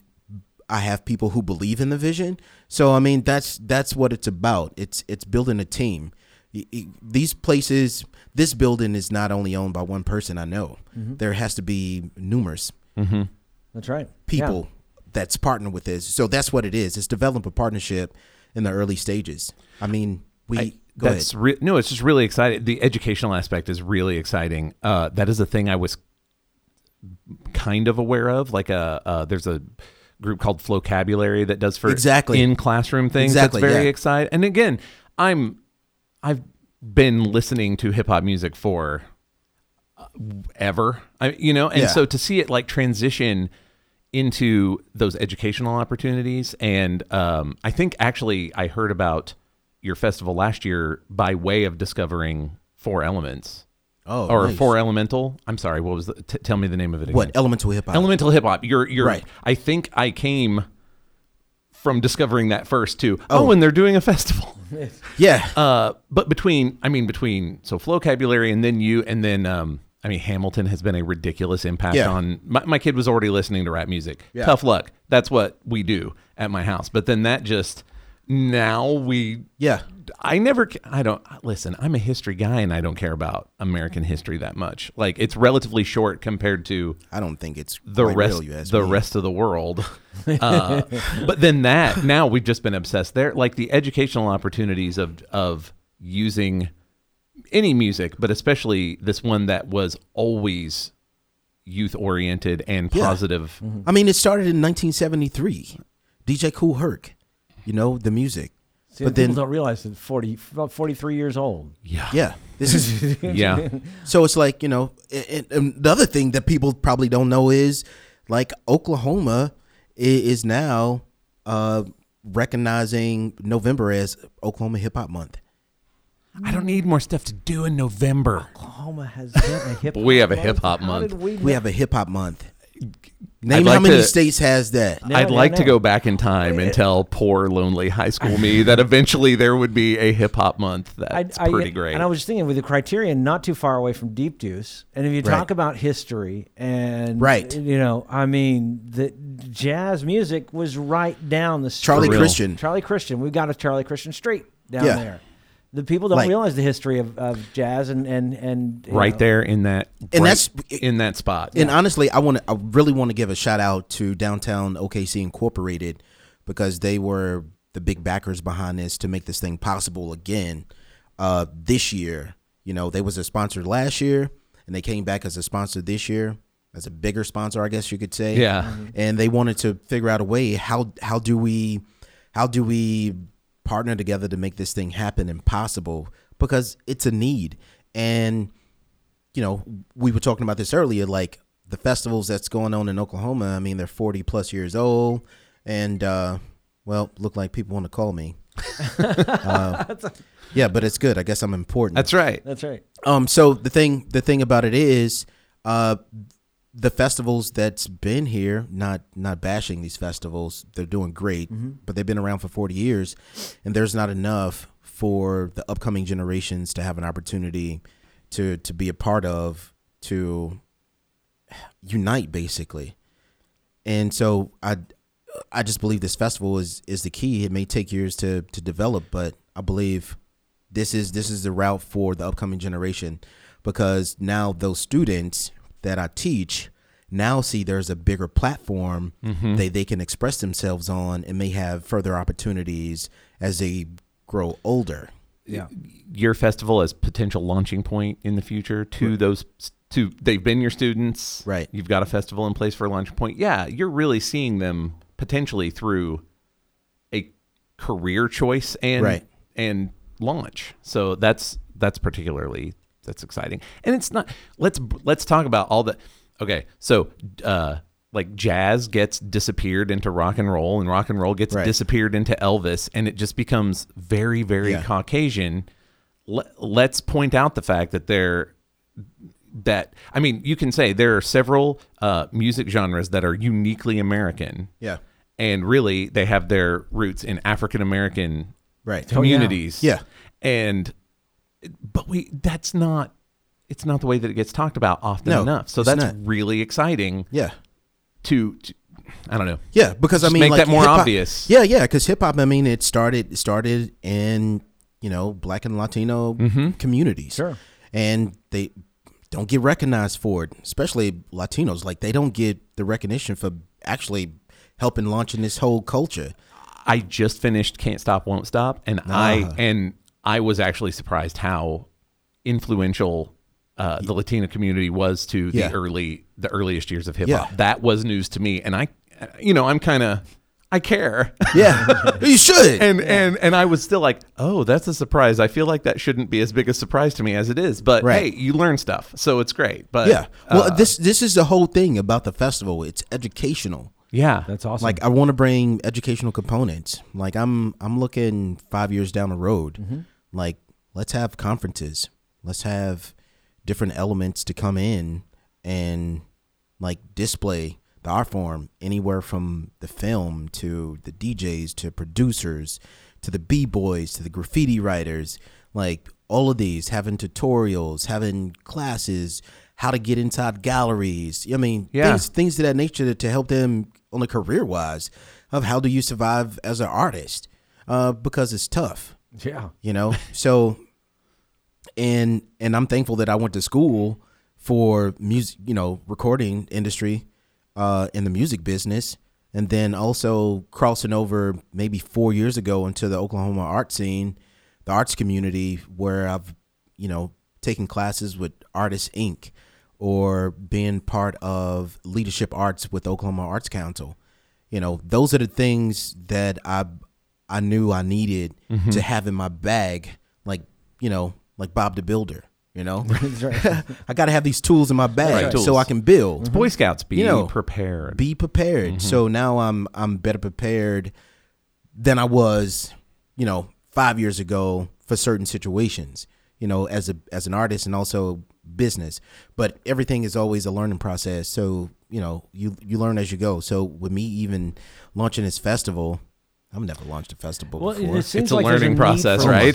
S3: I have people who believe in the vision. So I mean, that's that's what it's about. It's it's building a team. Y- y- These places, this building is not only owned by one person. I know
S2: Mm-hmm.
S3: there has to be numerous
S1: That's right. Yeah.
S3: people that's partnered with this. So that's what it is. It's develop a partnership in the early stages. I mean, we
S2: I-
S3: go ahead.
S2: that's re- no, it's just really exciting. The educational aspect is really exciting. Uh, that is a thing I was kind of aware of. Like a uh, there's a group called Flocabulary that does for
S3: Exactly.
S2: in classroom things.
S3: Exactly,
S2: that's very
S3: yeah.
S2: exciting. And again, I'm I've been listening to hip hop music for uh, ever. I you know, and
S3: Yeah.
S2: so to see it like transition into those educational opportunities and um, I think actually I heard about your festival last year by way of discovering Four Elements
S3: Oh,
S2: or
S3: nice.
S2: Four Elemental. I'm sorry, what was the, t- tell me the name of it again.
S3: What elemental hip hop?
S2: Elemental Hip Hop. You're you're
S3: Right.
S2: I think I came from discovering that first too. Oh, and they're doing a festival.
S3: yeah,
S2: Uh, but between, I mean, between so vocabulary and then you, and then um, I mean, Hamilton has been a ridiculous impact
S3: Yeah.
S2: on my, my kid was already listening to rap music.
S3: Yeah.
S2: Tough luck. That's what we do at my house. But then that just now we
S3: yeah.
S2: I never, ca- I don't, listen, I'm a history guy and I don't care about American history that much. Like, it's relatively short compared to
S3: I don't think it's
S2: the
S3: quite
S2: rest,
S3: real, you ask
S2: the
S3: me.
S2: rest of the world. Uh, but then that, now we've just been obsessed there. Like, the educational opportunities of, of using any music, but especially this one that was always youth oriented and
S3: Yeah. Mm-hmm.
S2: positive.
S3: I mean, it started in 1973. DJ Cool Herc, you know the music,
S1: See,
S3: but
S1: people
S3: then
S1: don't realize that 40, about 43 years old.
S2: Yeah.
S3: yeah, this is
S2: Yeah.
S3: so it's like you know. And, and the other thing that people probably don't know is like Oklahoma i- is now uh, recognizing November as Oklahoma Hip Hop Month.
S2: I don't need more stuff to do in
S3: Oh,
S2: November.
S1: Oklahoma has been a hip.
S2: We have a
S1: month.
S2: hip-hop
S1: How
S2: month.
S1: did we
S3: We
S1: not-
S3: have a hip hop month. Name
S2: like
S3: how many
S2: to-
S3: states has that?
S1: Now,
S2: I'd
S1: now,
S2: like to
S1: now.
S2: go back in time
S3: Uh,
S2: and tell poor, lonely high school me that eventually there would be a hip hop month. That's pretty great.
S1: And I was just thinking with the criterion, not too far away from Deep Deuce. And if you talk about history and
S3: Right.
S1: you know, I mean, the jazz music was right down the street.
S3: Charlie
S2: For real.
S3: Christian.
S1: Charlie Christian. We've got a Charlie Christian street down
S3: Yeah.
S1: there. The people don't
S3: Like-
S1: realize the history of, of jazz and and and you
S2: right
S1: know,
S2: there in that,
S3: And
S2: right
S3: that's-
S2: in that spot.
S3: And honestly, I want to. I really want to give a shout out to Downtown OKC Incorporated because they were the big backers behind this to make this thing possible again uh, this year. You know, they was a sponsor last year, and they came back as a sponsor this year, as a bigger sponsor, I guess you could say.
S2: Yeah.
S3: And they wanted to figure out a way how how do we how do we partner together to make this thing happen and possible because it's a need and you know, we were talking about this earlier, like the festivals that's going on in Oklahoma. I mean, they're 40 plus years old and, uh, well, look like people want to call me. Uh, Yeah, but it's good. I guess I'm important.
S2: That's right.
S1: That's right.
S3: Um. So the thing, the thing about it is, uh, the festivals that's been here, not not bashing these festivals, they're doing great, but they've been around for forty years, and there's not enough for the upcoming generations to have an opportunity to to be a part of to unite basically, and so I. I just believe this festival is, is the key. It may take years to, to develop, but I believe this is this is the route for the upcoming generation because now those students that I teach now see there's a bigger platform they they can express themselves on and may have further opportunities as they grow older.
S1: Yeah.
S2: your festival as potential launching point in the future to those to they've been your students
S3: Right.
S2: you've got a festival in place for a launching point yeah you're really seeing them potentially through a career choice and
S3: Right.
S2: and launch so that's that's particularly that's exciting and it's not let's let's talk about all the okay so uh like jazz gets disappeared into rock and roll and rock and roll gets
S3: Right.
S2: disappeared into Elvis and it just becomes very very
S3: Yeah.
S2: Caucasian, le- let's point out the fact that there that I mean, you can say there are several uh, music genres that are uniquely American.
S3: Yeah.
S2: And really, they have their roots in African American
S3: Right. Oh,
S2: communities.
S3: Yeah.
S2: And but we that's not it's not the way that it gets talked about often
S3: No,
S2: enough. So
S3: it's
S2: that's
S3: not.
S2: really exciting
S3: Yeah.
S2: to, to I don't know.
S3: Yeah, because
S2: Just
S3: I mean,
S2: make
S3: like,
S2: that more
S3: hip-hop-
S2: obvious.
S3: Yeah, yeah, because hip hop. I mean, it started it started in you know black and Latino
S2: Mm-hmm.
S3: communities,
S1: Sure.
S3: and they don't get recognized for it, especially Latinos. Like they don't get the recognition for actually helping launching this whole culture.
S2: I just finished Can't Stop Won't Stop and
S3: Ah.
S2: I and I was actually surprised how influential uh, the Latino community was to the
S3: Yeah.
S2: early the earliest years of hip hop.
S3: Yeah.
S2: That was news to me and I you know, I'm kind of I care.
S3: Yeah, you should.
S2: and and and I was still like, "Oh, that's a surprise. I feel like that shouldn't be as big a surprise to me as it is." But
S3: Right.
S2: hey, you learn stuff. So it's great. But
S3: yeah, well,
S2: uh,
S3: this this is the whole thing about the festival. It's educational.
S2: yeah.
S1: That's awesome.
S3: Like I want to bring educational components. Like I'm I'm looking five years down the road. Like let's have conferences. Let's have different elements to come in and like display the art form anywhere from the film to the DJs to producers to the b boys to the graffiti writers. Like all of these having tutorials, having classes, how to get inside galleries. I mean,
S2: Yeah.
S3: things things of that nature to, to help them on the career wise of how do you survive as an artist uh, because it's tough
S1: yeah.
S3: you know so and and i'm thankful that i went to school for music you know recording industry uh in the music business and then also crossing over maybe four years ago into the oklahoma art scene the arts community where i've you know taken classes with artists inc or being part of leadership arts with oklahoma arts council you know those are the things that i i knew i needed
S2: Mm-hmm.
S3: to have in my bag like you know like bob the builder you know i gotta have these tools in my bag
S2: Right.
S3: so i can build
S2: Boy Scouts be
S3: You know,
S2: prepared.
S3: be prepared
S2: Mm-hmm.
S3: so now i'm i'm better prepared than i was you know five years ago for certain situations you know as a as an artist and also business but everything is always a learning process so you know you you learn as you go so with me even launching this festival i've never launched a festival
S1: Well,
S3: before
S1: it seems
S2: It's a
S1: like there's
S2: learning
S1: need
S2: process,
S1: for-
S3: Oh my
S2: right?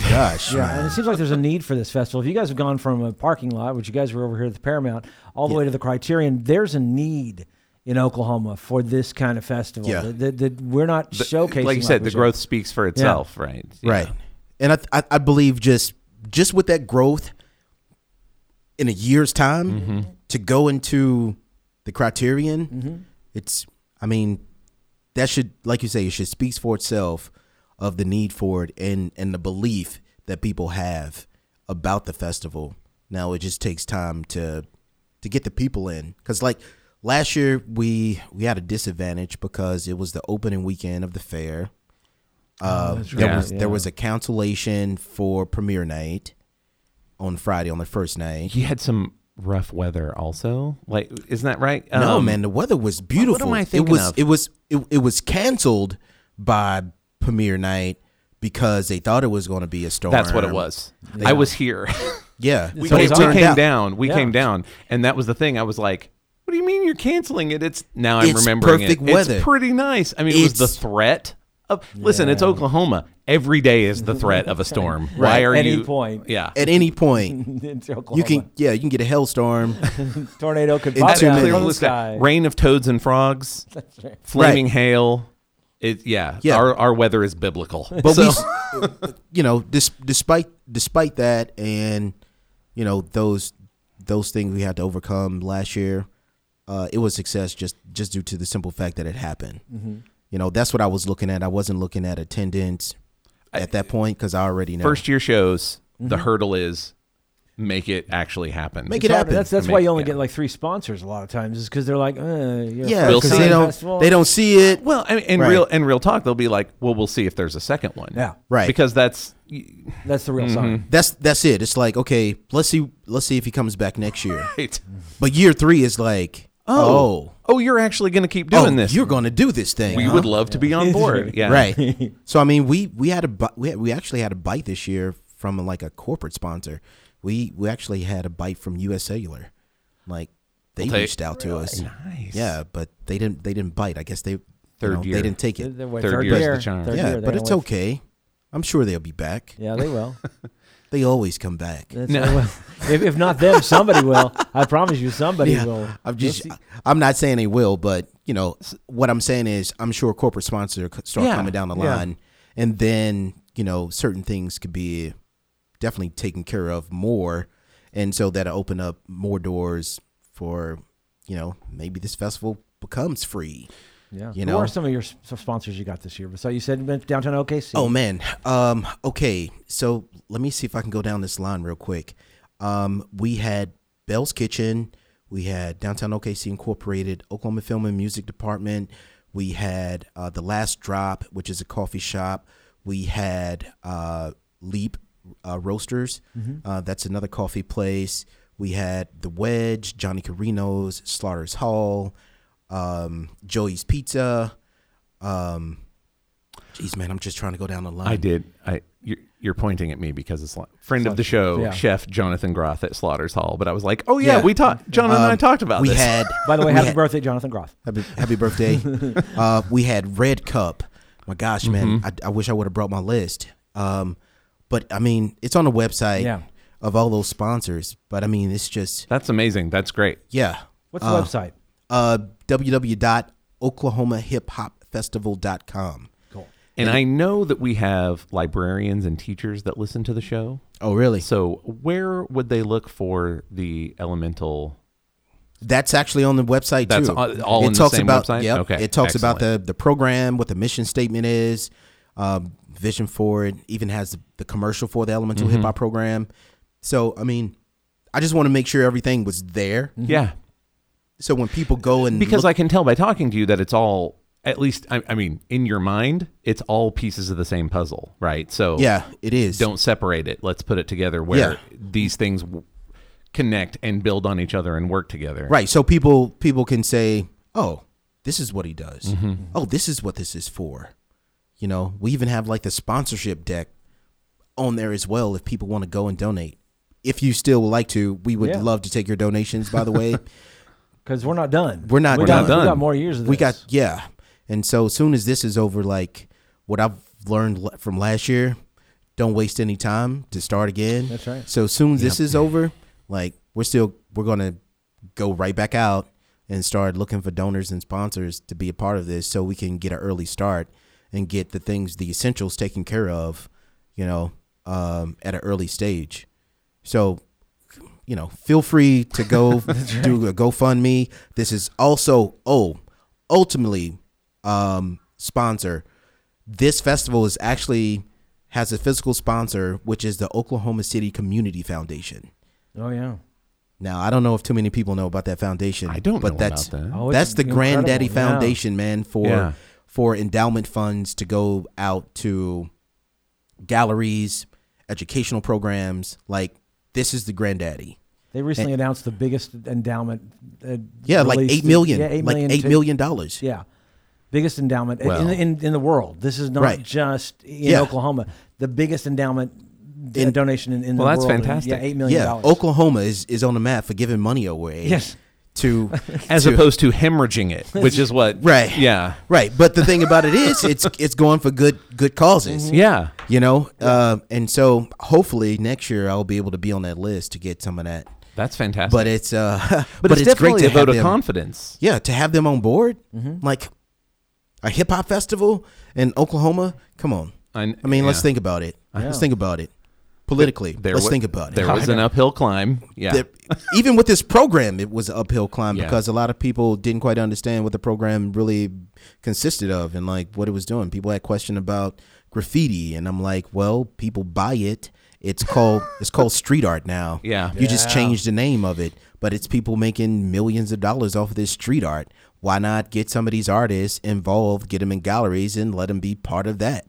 S3: gosh
S1: Yeah, and it seems like there's a need for this festival. If you guys have gone from a parking lot, which you guys were over here at the Paramount, all the way to the Criterion, there's a need in Oklahoma for this kind of festival.
S3: Yeah.
S1: that, that, that we're not showcasing.
S2: like you said,
S1: we
S2: the
S1: should.
S2: growth speaks for itself, right? Yeah.
S3: right and I, I i believe just just with that growth in a year's time to go into the criterion it's i mean that should like you say it should speaks for itself of the need for it and and the belief that people have about the festival now it just takes time to to get the people in because like last year we we had a disadvantage because it was the opening weekend of the fair uh, there
S2: Oh, right.
S3: was
S1: Yeah.
S3: there was a cancellation for premiere night on Friday on the first night.
S2: He had some rough weather, also. Like, isn't that right?
S3: no
S2: Um,
S3: man, the weather was beautiful.
S2: I thinking
S3: it was
S2: of?
S3: it was it, it was canceled by premiere night because they thought it was going to be a storm.
S2: That's what it was. I was here.
S3: Yeah,
S2: we
S3: but
S2: came,
S3: it
S2: we
S3: turned
S2: came
S3: out-
S2: down. We
S1: Yeah.
S2: came down, and that was the thing. I was like, "What do you mean you're canceling it?" It's now I'm
S3: It's
S2: remembering
S3: perfect
S2: it.
S3: weather.
S2: It's pretty nice. I mean, it was the
S3: It's-
S2: threat of. Listen, it's Oklahoma. Every day is
S3: Mm-hmm.
S2: the threat of a storm. Why are
S1: At any
S2: you?
S1: point.
S2: Yeah.
S3: At any point,
S1: Into Oklahoma.
S3: you can yeah, you can get a hailstorm.
S1: tornado could
S3: In
S1: pop
S3: two
S1: down
S3: minutes.
S2: Clear
S1: from the
S2: blue
S1: sky.
S2: sky. Rain of toads and frogs. Flaming
S3: Right.
S2: hail. It, yeah,
S3: Yeah.
S2: Our, our weather is biblical.
S3: But we
S2: So-
S3: we, you know, dis, despite despite that, and you know those those things we had to overcome last year, uh, it was success just just due to the simple fact that it happened.
S2: Mm-hmm.
S3: You know, that's what I was looking at. I wasn't looking at attendance at that point because I already know.
S2: first year shows, the hurdle is make it actually happen.
S3: Mm-hmm.
S1: It's
S3: Make it
S1: hard-
S3: happen.
S1: That's that's why you
S2: Make-
S1: only
S2: yeah.
S1: get like three sponsors a lot of times is because they're like, uh, you're a
S3: yeah,
S2: We'll
S3: because
S2: see.
S3: they don't
S1: festival.
S3: they don't see it.
S2: Well, I mean, in
S3: Right.
S2: real in real talk, they'll be like, "Well, we'll see if there's a second one."
S1: Yeah.
S3: Right.
S2: Because that's
S1: That's the real sign.
S3: That's that's it. It's like okay, let's see let's see if he comes back next year.
S2: right.
S3: But year three is like oh.
S2: oh, you're actually going to keep
S3: oh,
S2: doing this.
S3: You're going to do this thing.
S2: we
S3: huh?
S2: would love to be on board. Yeah.
S3: right. So I mean, we we had a bu- we had, we actually had a bite this year from like a corporate sponsor. We we actually had a bite from U.S. Cellular, like they
S2: We'll take-
S3: reached out to us.
S2: Nice.
S3: Yeah, but they didn't they didn't bite. I guess they you
S2: Third
S3: know,
S2: year.
S3: they didn't take
S1: They're-
S3: it.
S1: they're- what,
S2: Third year's the charm.
S1: Third
S3: yeah,
S1: year, they
S3: but it's
S1: only-
S3: okay. I'm sure they'll be back.
S1: Yeah, they will.
S3: They always come back.
S1: That's they will. If, if not them, somebody will. I promise you, somebody will.
S3: I'm
S1: You'll
S3: just
S1: see-
S3: I'm not saying they will, but you know s- what I'm saying is I'm sure corporate sponsors could start
S2: Yeah,
S3: coming down the
S1: yeah.
S3: line, and then you know certain things could be definitely taken care of more, and so that'll open up more doors for you know maybe this festival becomes free.
S1: yeah.
S3: you
S1: Who
S3: know.
S1: are some of your s- sponsors you got this year? So you said you went downtown OKC.
S3: Oh man, um, okay, so let me see if I can go down this line real quick. Um, we had Bell's Kitchen, we had Downtown OKC Incorporated, Oklahoma Film and Music Department, we had uh, the Last Drop, which is a coffee shop. We had uh, Leap uh, Roasters, uh, that's another coffee place. We had the Wedge, Johnny Carino's, Slaughter's Hall, um, Joey's Pizza. Um, Jeez, man, I'm just trying to go down the line.
S2: I did. I you're, you're pointing at me because it's like friend of the show,
S1: Yeah.
S2: Chef Jonathan Groth at Slaughter's Hall. But I was like, "Oh yeah,
S3: Yeah.
S2: we talked. John and I
S3: Um,
S2: talked about
S3: we
S2: this."
S3: had
S1: By the way,
S3: we
S1: happy
S3: had-
S1: birthday, Jonathan Groff.
S3: happy, happy birthday uh, we had red cup my gosh man I, I wish i would have brought my list um, but i mean it's on the website
S1: Yeah.
S3: of all those sponsors but i mean it's just
S2: That's amazing. That's great.
S3: yeah
S1: What's the website?
S3: uh, www.oklahomahiphopfestival.com
S1: Cool.
S2: And I know that we have librarians and teachers that listen to the show.
S3: oh really
S2: So where would they look for the elemental?
S3: That's actually on the website
S2: That's
S3: too.
S2: all- all
S3: it
S2: on the
S3: talks
S2: same
S3: about,
S2: website?
S3: Yep,
S2: Okay,
S3: It talks about the the program, what the mission statement is, um, vision for it. Even has the, the commercial for the Elemental
S2: Mm-hmm.
S3: Hip Hop program. So I mean, I just want to make sure everything was there.
S2: Yeah,
S3: So when people go and
S2: because
S3: look,
S2: I can tell by talking to you that it's all at least I, I mean in your mind it's all pieces of the same puzzle, right? So
S3: yeah, it is.
S2: don't separate it. Let's put it together where
S3: Yeah.
S2: these things w- connect and build on each other and work together.
S3: right. So people people can say, oh, this is what he does. Oh, this is what this is for. You know, we even have like the sponsorship deck on there as well if people want to go and donate. If you still would like to, we would
S1: Yeah.
S3: love to take your donations, by the way.
S1: Because we're not done.
S3: We're not
S1: we
S3: done.
S1: Got,
S2: We're not
S1: We got
S2: done.
S1: more years of this.
S3: we got, yeah. And so as soon as this is over, like what I've learned l- from last year, don't waste any time to start again.
S1: That's right.
S3: So as soon as this is over, like we're still, we're going to go right back out and start looking for donors and sponsors to be a part of this so we can get an early start and get the things, the essentials taken care of, you know, um, at an early stage. So, you know, feel free to go do a GoFundMe. This is also, oh, ultimately, um, sponsor. This festival is actually has a physical sponsor, which is the Oklahoma City Community Foundation.
S1: Oh yeah.
S3: Now, I don't know if too many people know about that foundation.
S2: I don't
S3: but
S2: know
S3: that's,
S2: about that.
S1: Oh, it's
S3: that's the
S1: incredible.
S3: granddaddy
S1: Yeah.
S3: foundation, man, for
S2: Yeah.
S3: for endowment funds to go out to galleries, educational programs. Like this is the granddaddy.
S1: They recently announced the biggest endowment. Uh,
S3: Eh. Yeah, like
S1: release-
S3: eight million,
S1: Yeah, eight
S3: like
S1: million
S3: eight
S1: to-
S3: million dollars.
S1: Yeah. biggest endowment in- in,
S2: Well-
S1: in in the world. This is not
S3: Right.
S1: just in
S3: Yeah.
S1: Oklahoma. The biggest endowment d-
S3: In-
S1: donation in, in
S2: Well,
S1: the
S2: that's
S1: world. And,
S2: fantastic.
S1: Yeah, eight million
S3: Yeah,
S1: dollars.
S3: Oklahoma is, is on the map for giving money away.
S1: Yes.
S3: To
S2: as
S3: to-
S2: opposed to hemorrhaging it, which is what.
S3: right.
S2: Yeah.
S3: Right. But the thing about it is, it's it's going for good good causes.
S1: Mm-hmm.
S2: Yeah.
S3: You know, uh, and so hopefully next year I'll be able to be on that list to get some of that.
S2: That's fantastic.
S3: But it's uh,
S2: But it's,
S3: great
S2: definitely
S3: to
S2: a vote
S3: have
S2: of
S3: them.
S2: confidence.
S3: yeah, to have them on board,
S1: Mm-hmm.
S3: like a hip hop festival in Oklahoma. Come on,
S2: I,
S3: I mean, let's
S2: yeah.
S3: think about it. Let's
S1: Yeah.
S3: think about it politically.
S2: There
S3: let's
S2: wa-
S3: think about
S2: There
S3: it.
S2: was an uphill climb. Yeah.
S3: There- even with this program, it was an uphill climb
S2: Yeah.
S3: because a lot of people didn't quite understand what the program really consisted of and like what it was doing. People had question about graffiti, and I'm like, well, people buy it. It's called it's called street art now.
S2: Yeah.
S3: you just changed the name of it, but it's people making millions of dollars off of this street art. Why not get some of these artists involved, get them in galleries, and let them be part of that?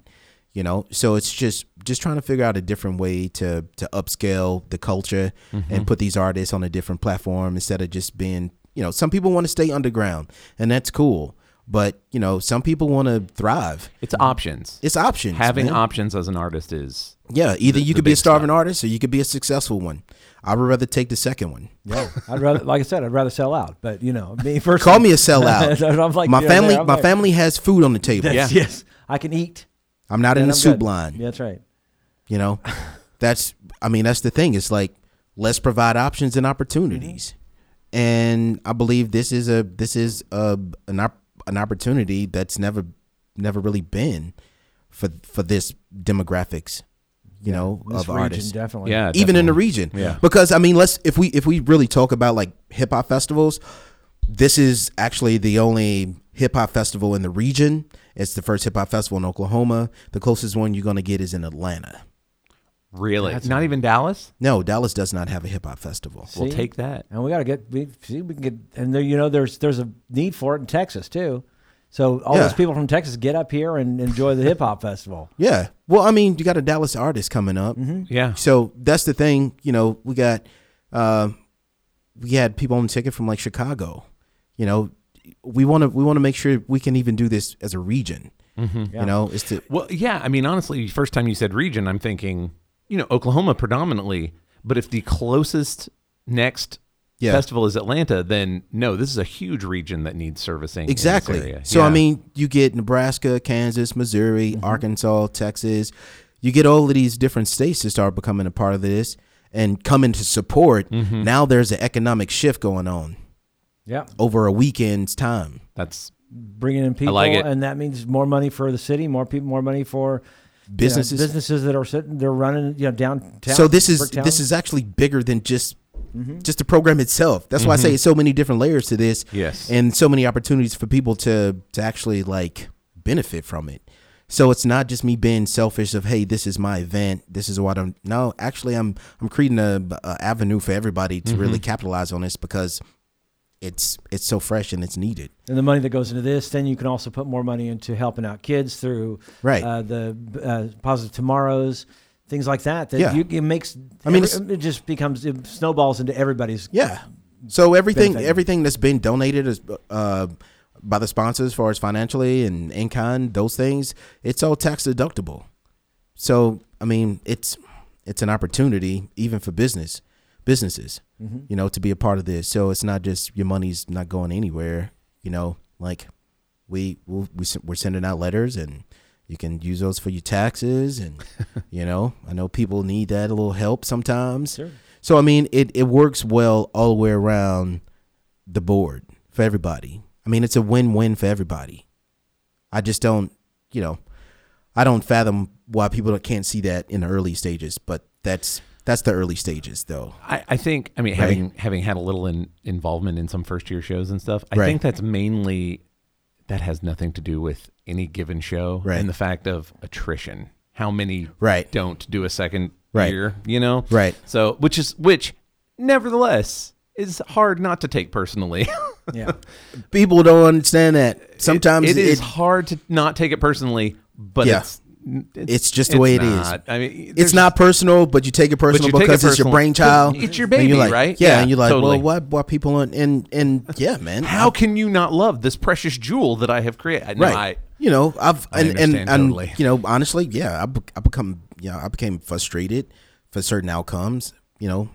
S3: you know so it's just just trying to figure out a different way to to upscale the culture
S2: Mm-hmm.
S3: and put these artists on a different platform instead of just being you know some people want to stay underground and that's cool but you know some people want to thrive
S2: It's options.
S3: it's options
S2: Having
S3: man.
S2: options as an artist is
S3: yeah either you
S2: the
S3: could be a
S2: big
S3: starving artist or you could be a successful one i would rather take the second one
S1: Yeah, I'd rather, like I said, I'd rather sell out. But you know, me first.
S3: call me a sellout
S1: I'm like
S3: my
S1: yeah,
S3: family
S1: there, I'm
S3: my
S1: there.
S3: family has food on the table
S1: Yes,
S2: Yeah.
S1: yes, I can eat.
S3: i'm not in
S1: and
S3: the
S1: I'm
S3: soup
S1: good.
S3: line
S1: Yeah, that's right.
S3: You know, that's I mean that's the thing. It's like let's provide options and opportunities, and I believe this is a this is a an op- an opportunity that's never never really been for for this demographics, you know,
S1: This
S3: of
S1: region
S3: artists.
S1: definitely.
S2: yeah.
S3: Even in the region,
S2: Yeah.
S3: Because I mean, let's if we if we really talk about like hip hop festivals, this is actually the only hip hop festival in the region. It's the first hip hop festival in Oklahoma. The closest one you're gonna get is in Atlanta.
S2: really not even Dallas.
S3: No, Dallas does not have a hip hop festival.
S2: We'll
S1: See?
S2: take that.
S1: and we got to get we see we can get and there you know there's there's a need for it in Texas too. So all those
S3: Yeah.
S1: people from Texas get up here and enjoy the hip hop festival.
S3: Yeah. Well, I mean, you got a Dallas artist coming up.
S2: Yeah.
S3: So that's the thing. You know, we got, uh, we had people on the ticket from like Chicago. You know, we want to we want to make sure we can even do this as a region. You know, it's to
S2: Well, Mm-hmm. yeah. I mean, honestly, first time you said region, I'm thinking, you know, Oklahoma predominantly. But if the closest next
S3: Yeah.
S2: festival is Atlanta, then no, this is a huge region that needs servicing. in this
S3: Exactly.
S2: area.
S3: So I
S2: Yeah. Mm-hmm.
S3: mean, you get Nebraska, Kansas, Missouri, Arkansas, Texas. You get all of these different states to start becoming a part of this and coming to support.
S2: Mm-hmm.
S3: Now there's an economic shift going on
S1: Yeah,
S3: over a weekend's time.
S2: that's
S1: bringing in people,
S2: like it.
S1: and that means more money for the city, more people, more money for you know,
S3: Businesses.
S1: businesses that are sitting, they're running, you know, downtown.
S3: so this is
S1: Bricktown.
S3: this is actually bigger than just just the program itself. That's why I say it's so many different layers to this.
S2: Yes.
S3: And so many opportunities for people to to actually like benefit from it. So it's not just me being selfish of hey, this is my event. This is what I'm no, actually I'm I'm creating a, a avenue for everybody to really capitalize on this because it's it's so fresh and it's needed.
S1: and the money that goes into this, then you can also put more money into helping out kids through
S3: Right.
S1: uh, the uh, positive tomorrows, things like that. That
S3: Yeah.
S1: you, it makes.
S3: I mean,
S1: every- it just becomes it snowballs into everybody's.
S3: Yeah. So everything
S1: Benefiting.
S3: everything that's been donated is uh, by the sponsors, as far as financially and in kind, those things, it's all tax deductible. So I mean, it's it's an opportunity even for business businesses, you know, to be a part of this. So it's not just your money's not going anywhere. You know, like we we'll, we s- we're sending out letters and. You can use those for your taxes, and you know, I know people need that a little help sometimes.
S1: Sure.
S3: So I mean, it it works well all the way around the board for everybody. I mean, it's a win win for everybody. I just don't, you know, I don't fathom why people can't see that in the early stages. But that's that's the early stages, though.
S2: I, I think I mean
S3: Right.
S2: having having had a little in, involvement in some first year shows and stuff. I
S3: Right.
S2: think that's mainly that has nothing to do with any given show
S3: Right.
S2: and the fact of attrition. How many
S3: Right.
S2: don't do a second
S3: Right.
S2: year? You know
S3: Right.
S2: So which is which, nevertheless, is hard not to take personally.
S1: Yeah.
S3: People don't understand that. Sometimes
S2: it is
S3: it-
S2: hard to not take it personally, but
S3: Yeah.
S2: it's
S3: It's just the way it is.
S2: not. I mean,
S3: it's
S2: there's-
S3: not personal, but you take it
S2: you
S3: personal
S2: take it
S3: because it's your
S2: personal.
S3: brainchild.
S2: It's your
S3: And
S2: baby,
S3: you're like-
S2: right?
S3: Yeah,
S2: Yeah,
S3: and you're like,
S2: totally.
S3: well, why, why people on and and yeah, man,
S2: How
S3: I-
S2: can you not love this precious jewel that I have created? No,
S3: right?
S2: I,
S3: you know, I've
S2: I
S3: and and,
S2: understand
S3: and,
S2: totally.
S3: you know, honestly, yeah, I, be- I become you know, I became frustrated for certain outcomes. You know,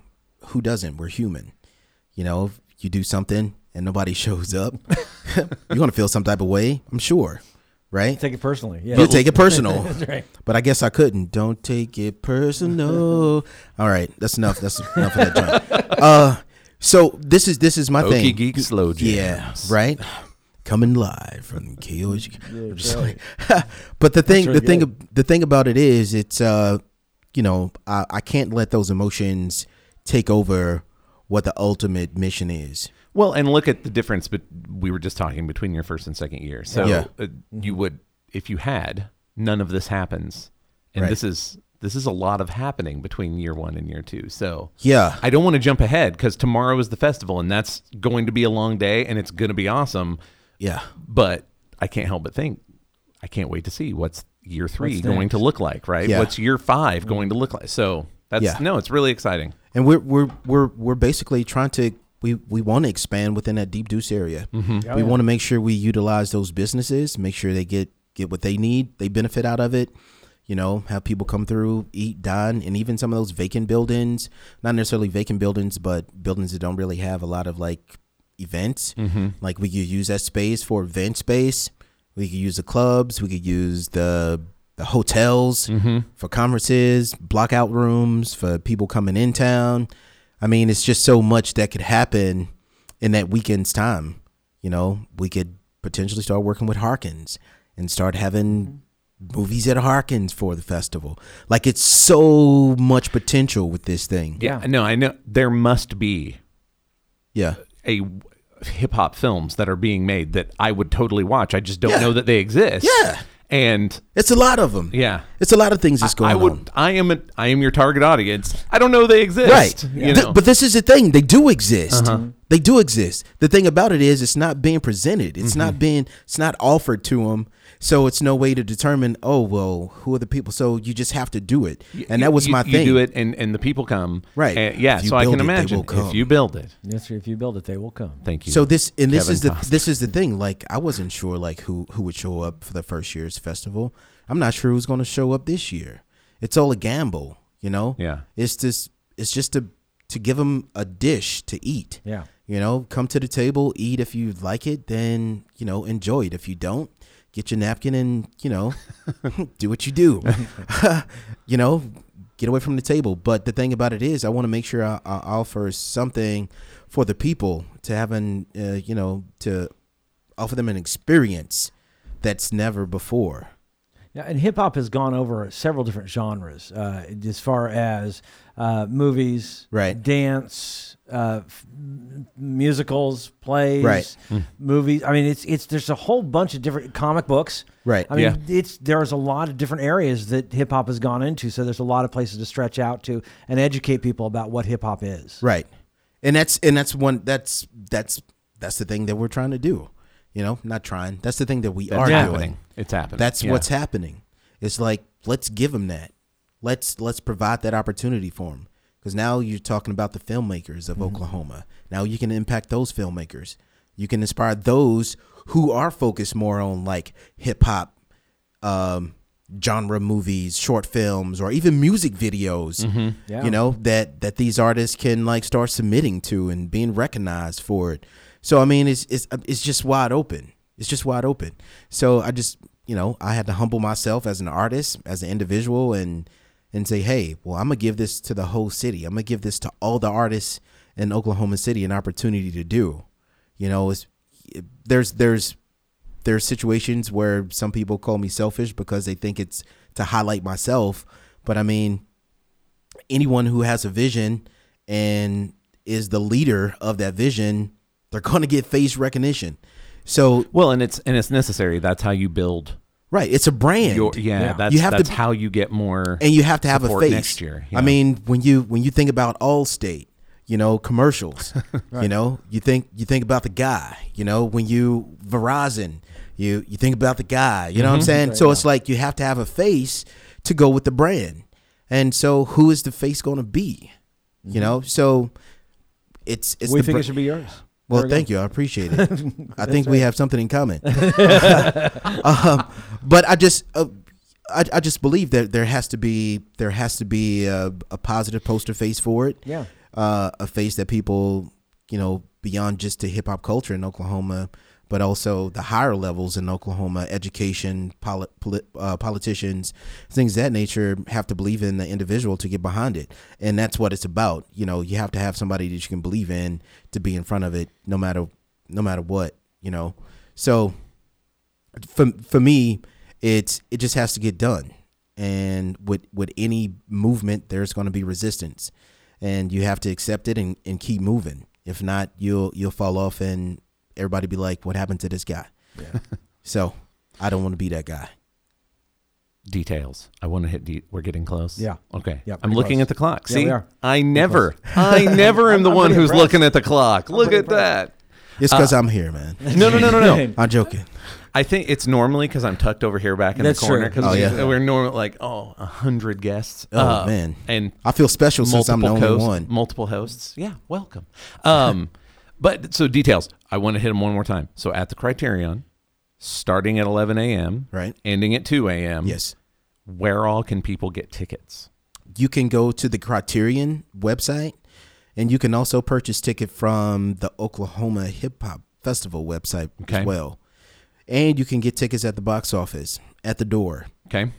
S3: who doesn't? We're human. You know, if you do something and nobody shows up, you're gonna feel some type of way. I'm sure, right?
S1: Take it personally. Yeah.
S3: You'll take it personal.
S1: right.
S3: But I guess I couldn't. Don't take it personal. All right, that's enough. That's enough of that junk. Uh, so this is this is my
S2: Okey
S3: thing.
S2: Geek Slow
S3: Yeah,
S2: Jams.
S3: right. Coming live from KOG. I'm just like, but the thing, the thing, ab- the thing about it is, it's uh, you know, I, I can't let those emotions take over what the ultimate mission is.
S2: Well, and look at the difference. But we were just talking between your first and second year. So
S3: Yeah.
S2: uh, you would, if you had, none of this happens, and
S3: Right.
S2: this is this is a lot of happening between year one and year two. So
S3: Yeah.
S2: I don't want to jump ahead because tomorrow is the festival, and that's going to be a long day, and it's going to be awesome.
S3: Yeah.
S2: But I can't help but think, I can't wait to see what's year three
S1: What's
S2: going
S1: next?
S2: to look like, right?
S3: Yeah.
S2: What's year five going to look like? So that's
S3: Yeah.
S2: no, it's really exciting.
S3: and we're we're we're we're basically trying to we we want to expand within that deep deuce area. we want to make sure we utilize those businesses, make sure they get get what they need, they benefit out of it. You know, have people come through, eat, dine, and even some of those vacant buildings, not necessarily vacant buildings, but buildings that don't really have a lot of like events.
S2: Mm-hmm.
S3: Like we could use that space for event space. We could use the clubs. We could use the the hotels
S2: Mm-hmm.
S3: for conferences, block out rooms for people coming in town. I mean, it's just so much that could happen in that weekend's time. You know, we could potentially start working with Harkins and start having
S2: Mm-hmm.
S3: movies at Harkins for the festival. Like it's so much potential with this thing.
S1: Yeah.
S2: No, I know there must be
S3: Yeah.
S2: a hip hop films that are being made that I would totally watch. I just don't
S3: Yeah.
S2: know that they exist.
S3: Yeah.
S2: And
S3: It's a lot of them.
S2: yeah.
S3: It's a lot of things that's going
S2: I would.
S3: on.
S2: I am. A, I am your target audience. I don't know they exist.
S3: Right.
S2: You
S3: Th-
S2: know. Uh-huh.
S3: but this is the thing. They do exist. They do exist. The thing about it is it's not being presented. It's not
S2: Mm-hmm.
S3: being it's not offered to them. So it's no way to determine, oh, well, who are the people? So you just have to do it. And that was
S2: You-
S3: my
S2: you
S3: thing.
S2: do it, and and the people come.
S3: Right.
S2: And, yeah.
S3: If you
S2: So I
S3: build
S2: can
S3: it, they
S2: imagine
S3: will come.
S2: if you build it.
S1: Yes, sir, if you build it, they will come.
S2: Thank you.
S3: So this and this
S2: Kevin
S3: is the
S2: Costner.
S3: this is the thing. Like I wasn't sure like who who would show up for the first year's festival. I'm not sure who's going to show up this year. It's all a gamble, you know.
S2: Yeah.
S3: It's this. It's just to to give them a dish to eat.
S1: Yeah.
S3: You know, come to the table, eat if you like it, then you know enjoy it. If you don't, get your napkin and you know do what you do. you know, get away from the table. But the thing about it is, I want to make sure I, I offer something for the people to have an, uh, you know, to offer them an experience that's never before.
S1: Yeah, and hip hop has gone over several different genres, uh, as far as uh, movies,
S3: Right.
S1: dance, uh, f- m- musicals, plays,
S3: Right. Mm.
S1: movies. I mean, it's it's there's a whole bunch of different comic books.
S3: Right.
S1: I mean,
S2: Yeah.
S1: it's there's a lot of different areas that hip hop has gone into. So there's a lot of places to stretch out to and educate people about what hip hop is.
S3: Right. And that's and that's one that's that's that's the thing that we're trying to do. You know, not trying. That's the thing that we
S2: It's
S3: are
S2: happening.
S3: doing.
S2: It's happening.
S3: That's
S2: Yeah.
S3: what's happening. It's like let's give them that. Let's let's provide that opportunity for them. Because now you're talking about the filmmakers of
S2: Mm-hmm.
S3: Oklahoma. Now you can impact those filmmakers. You can inspire those who are focused more on like hip hop, um, genre movies, short films, or even music videos.
S1: Yeah.
S3: You know that that these artists can like start submitting to and being recognized for it. So I mean, it's it's it's just wide open. It's just wide open. So I just you know I had to humble myself as an artist, as an individual, and and say, hey, well, I'm gonna give this to the whole city. I'm gonna give this to all the artists in Oklahoma City an opportunity to do. You know, it's, there's there's there's situations where some people call me selfish because they think it's to highlight myself. But I mean, anyone who has a vision and is the leader of that vision, they're going to get face recognition. So,
S2: Well, and it's and it's necessary. That's how you build
S3: right, it's a brand.
S2: your. Yeah.
S1: Yeah.
S2: That's
S3: You have to
S2: that's
S3: be-
S2: how you get more.
S3: and you have to have a
S2: support
S3: face
S2: next year,
S3: I
S2: yeah.
S3: mean, when you when you think about Allstate, you know commercials, you know you think you think about the guy, you know when you Verizon, you you think about the guy. You know what I'm saying? so it's like you have to have a face to go with the brand. And so who is the face going to be? You know? So it's it's
S1: we
S3: the
S1: think
S3: br-
S1: it should be yours.
S3: well,
S1: There we go.
S3: thank you. I appreciate it. I think we have something in common. um, but I just, uh, I, I just believe that there has to be there has to be a, a positive poster face for it.
S1: Yeah.
S3: uh, a face that people, you know, beyond just the hip hop culture in Oklahoma, but also the higher levels in Oklahoma, education, poli- poli- uh, politicians, things of that nature, have to believe in the individual to get behind it, and that's what it's about. You know, you have to have somebody that you can believe in to be in front of it, no matter no matter what. You know, so for for me, it's it just has to get done. And with with any movement, there's going to be resistance, and you have to accept it and, and keep moving. If not, you'll you'll fall off, and everybody be like, "What happened to this guy?" so I don't want to be that guy.
S2: Uh, Details. I want to hit. De- we're getting close.
S1: Yeah.
S2: Okay.
S1: Yeah,
S2: I'm
S1: pretty
S2: looking
S1: close.
S2: at the clock.
S1: Yeah,
S2: See,
S1: we are.
S2: I never, I never am the
S1: I'm
S2: one
S1: pretty
S2: who's
S1: impressed.
S2: looking at the clock. Look
S1: pretty
S2: at that.
S3: It's because I'm here, man.
S2: No, no, no, no, no.
S3: I'm joking.
S2: I think it's normally because I'm tucked over here back in
S1: That's
S2: the
S1: true.
S2: corner because
S1: Oh,
S3: yeah.
S2: we're normal like oh a hundred guests.
S3: Oh, man.
S2: uh, and
S3: I feel special since I'm the only
S2: hosts,
S3: one.
S2: multiple hosts. Yeah, welcome. Um, but so details. I want to hit them one more time. So at the Criterion, starting at 11 a.m.
S3: Right.
S2: ending at 2 a.m.
S3: Yes,
S2: where all can people get tickets?
S3: you can go to the Criterion website, and you can also purchase ticket from the Oklahoma Hip Hop Festival website
S2: Okay.
S3: as well. And you can get tickets at the box office at the door,
S2: Okay,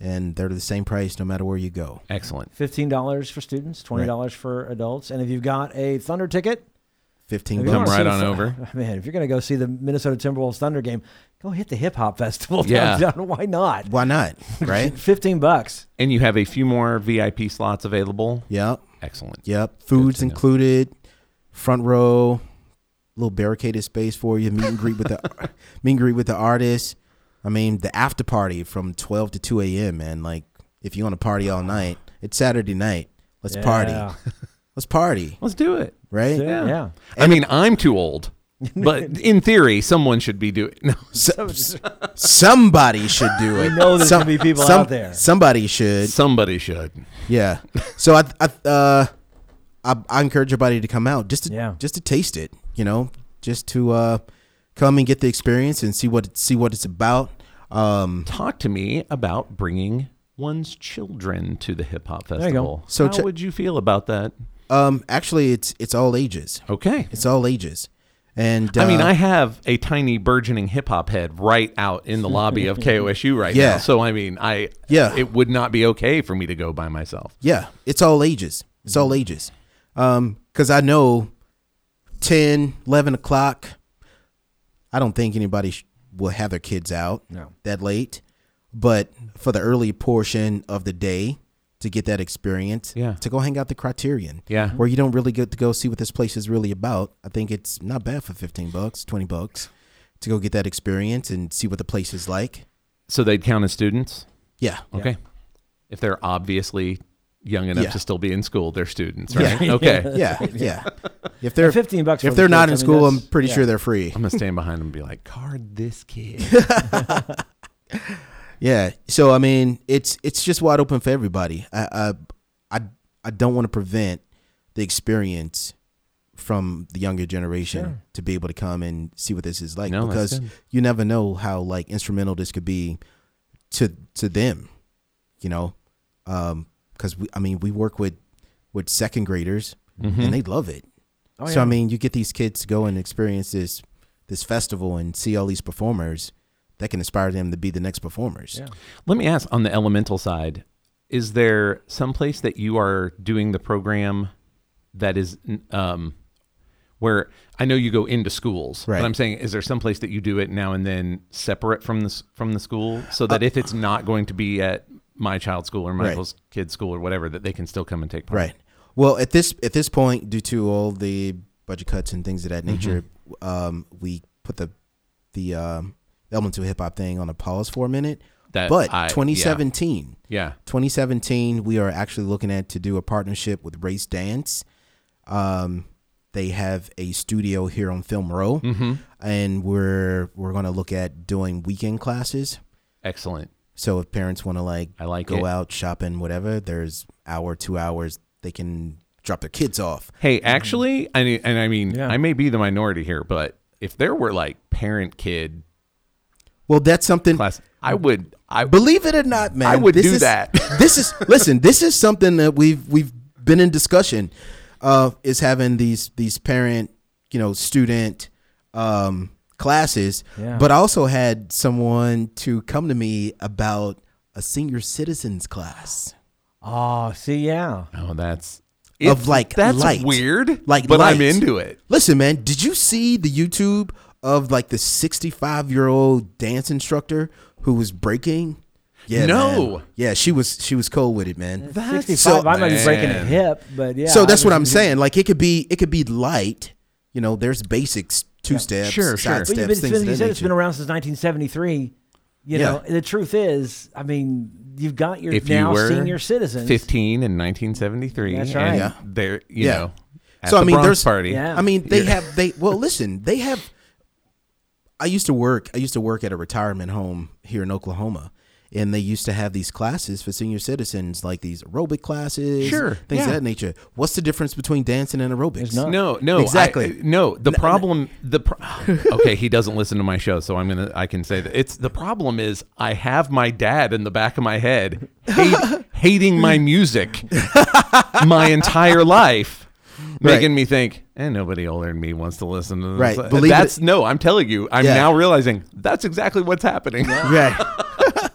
S3: and they're the same price no matter where you go.
S2: excellent.
S1: Fifteen dollars for students, twenty dollars for adults, and if you've got a Thunder ticket,
S3: Fifteen
S1: if you
S2: Come
S1: wanna
S3: bucks.
S2: right
S1: see the
S2: on
S1: Thu-
S2: over.
S1: Man, if you're gonna go see the Minnesota Timberwolves Thunder game, go hit the hip hop festival
S2: Yeah.
S1: downtown. Why not?
S3: Why not? Right?
S1: Fifteen bucks.
S2: And you have a few more VIP slots available.
S3: yep.
S2: Excellent.
S3: Yep. Foods
S2: to know.
S3: included. Front row. Little barricaded space for you. Meet and greet with the meet and greet with the artist. I mean, the after party from twelve to two a.m. Man, like if you want to party all night, it's Saturday night. Let's
S1: Ah. Yeah.
S3: party. Let's party.
S2: Let's do it.
S3: Right.
S1: Yeah. yeah.
S2: I mean, I'm too old, but in theory, someone should be doing. No,
S3: So- somebody should do it.
S1: know there's gonna be people out there.
S3: Somebody should.
S2: somebody should.
S3: Yeah. So I, I, uh, I, I encourage everybody to come out just to,
S1: Yeah.
S3: just to taste it, you know, just to, uh, come and get the experience and see what, see what it's about. Um,
S2: Talk to me about bringing one's children to the hip hop
S1: you go.
S2: festival.
S3: So
S2: So, how
S3: che-
S2: would you feel about that?
S3: um, actually it's, it's all ages.
S2: Okay.
S3: It's all ages. And,
S2: I mean,
S3: uh,
S2: I have a tiny burgeoning hip hop head right out in the lobby of KOSU right
S3: Yeah.
S2: now. So I mean, I
S3: Yeah.
S2: it would not be okay for me to go by myself.
S3: Yeah, it's all ages. It's
S2: Mm-hmm.
S3: all ages. Um, cause I know 10, 11 o'clock. I don't think anybody sh- will have their kids out
S1: No.
S3: that late, but for the early portion of the day to get that experience,
S2: Yeah.
S3: to go hang out the Criterion,
S2: Yeah.
S3: where you don't really get to go see what this place is really about. I think it's not bad for fifteen bucks, twenty bucks, to go get that experience and see what the place is like.
S2: So they'd count as students.
S3: Yeah,
S2: Okay. If they're obviously young enough
S3: Yeah.
S2: to still be in school, they're students,
S3: Yeah.
S2: right? Okay.
S3: yeah, yeah. If they're
S1: Fifteen bucks. for
S3: if
S1: the
S3: they're not in
S1: kids, I mean,
S3: school, I'm
S1: that's-
S3: pretty
S1: yeah.
S3: sure they're free.
S2: I'm gonna stand behind them and be like, "Card this kid."
S3: Yeah. So I mean, it's it's just wide open for everybody. I I I, I don't want to prevent the experience from the younger generation to be able to come and see what this is like
S2: No, that's
S3: because
S2: good.
S3: you never know how like instrumental this could be to to them, you know. Um 'cause cuz we I mean, we work with with second graders
S2: Mm-hmm.
S3: and they love it.
S1: Oh,
S3: So I
S1: yeah.
S3: mean, you get these kids to go and experience this this festival and see all these performers that can inspire them to be the next performers.
S1: Yeah.
S2: Let me ask on the elemental side, is there some place that you are doing the program that is um, where I know you go into schools,
S3: Right.
S2: but I'm saying, is there some place that you do it now and then separate from the s- from the school so that if it's not going to be at my child's school or
S3: Uh, Right.
S2: Michael's kid's school or whatever, that they can still come and take part?
S3: Right. Well, at this at this point, due to all the budget cuts and things of that
S2: Mm-hmm.
S3: nature, um, we put the the um, Elemental Hip Hop thing on a pause for a minute.
S2: That
S3: but
S2: I- yeah.
S3: 2017,
S2: Yeah.
S3: 2017, we are actually looking at to do a partnership with Race Dance. Um, They have a studio here on Film Row,
S2: Mm-hmm.
S3: and we're we're gonna look at doing weekend classes.
S2: Excellent.
S3: So if parents want to like,
S2: I like
S3: go
S2: it.
S3: out shopping, whatever, there's hour, two hours, they can drop their kids off.
S2: Hey, actually, I mean- and I mean,
S1: Mm-hmm. Yeah.
S2: I may be the minority here, but if there were like parent kid
S3: Well, that's something.
S2: class, I would. I
S3: Believe it or not, man,
S2: I would
S3: this
S2: do
S3: is,
S2: that.
S3: this is listen. This is something that we've we've been in discussion of is having these these parent you know student um, classes.
S1: Yeah.
S3: But I also had someone to come to me about a senior citizens class.
S1: Oh, see, yeah.
S2: oh, that's
S3: Of, like,
S2: that's
S3: light.
S2: weird.
S3: Like
S2: but I'm
S3: light.
S2: into it.
S3: Listen, man, did you see the YouTube of like the 65 year old dance instructor who was breaking? Yeah,
S2: No.
S3: man. Yeah, she was she was cold with it, man.
S2: That's
S1: 65.
S3: so-
S1: I might be breaking a
S2: Man.
S1: hip, but yeah.
S3: so that's
S1: I
S3: what
S1: was-
S3: I'm saying. Like it could be it could be light. You know, there's basics, two steps,
S2: Sure,
S1: But
S2: sure.
S3: side steps,
S1: you've been,
S3: things of
S1: you
S3: that
S1: said it's
S3: nature.
S1: been around since 1973. You
S3: Yeah.
S1: know, the truth is, I mean, you've got your
S2: If
S1: now
S2: you were
S1: senior citizens.
S2: 15 in 1973,
S1: That's
S2: and
S1: right.
S3: Yeah.
S2: there, you
S3: Yeah.
S2: know, at
S3: So, I
S2: the
S3: mean,
S2: Bronx
S3: there's-
S2: party.
S1: Yeah.
S3: I mean, they
S2: Yeah.
S3: have they well, listen, they have I used to work I used to work at a retirement home here in Oklahoma. And they used to have these classes for senior citizens, like these aerobic classes,
S2: Sure,
S3: things of
S2: yeah.
S3: that nature. What's the difference between dancing and aerobics?
S1: There's none.
S2: No, no, I-
S3: Exactly.
S2: no, the problem. The pro- okay, he doesn't listen to my show, so I'm gonna. I can say that it's the problem is I have my dad in the back of my head, hate, hating my music, my entire life, making
S3: Right.
S2: me think. And nobody older than me wants to listen to this.
S3: Right, believe
S2: that's no. I'm telling you, I'm
S3: Yeah.
S2: now realizing that's exactly what's happening.
S3: Right.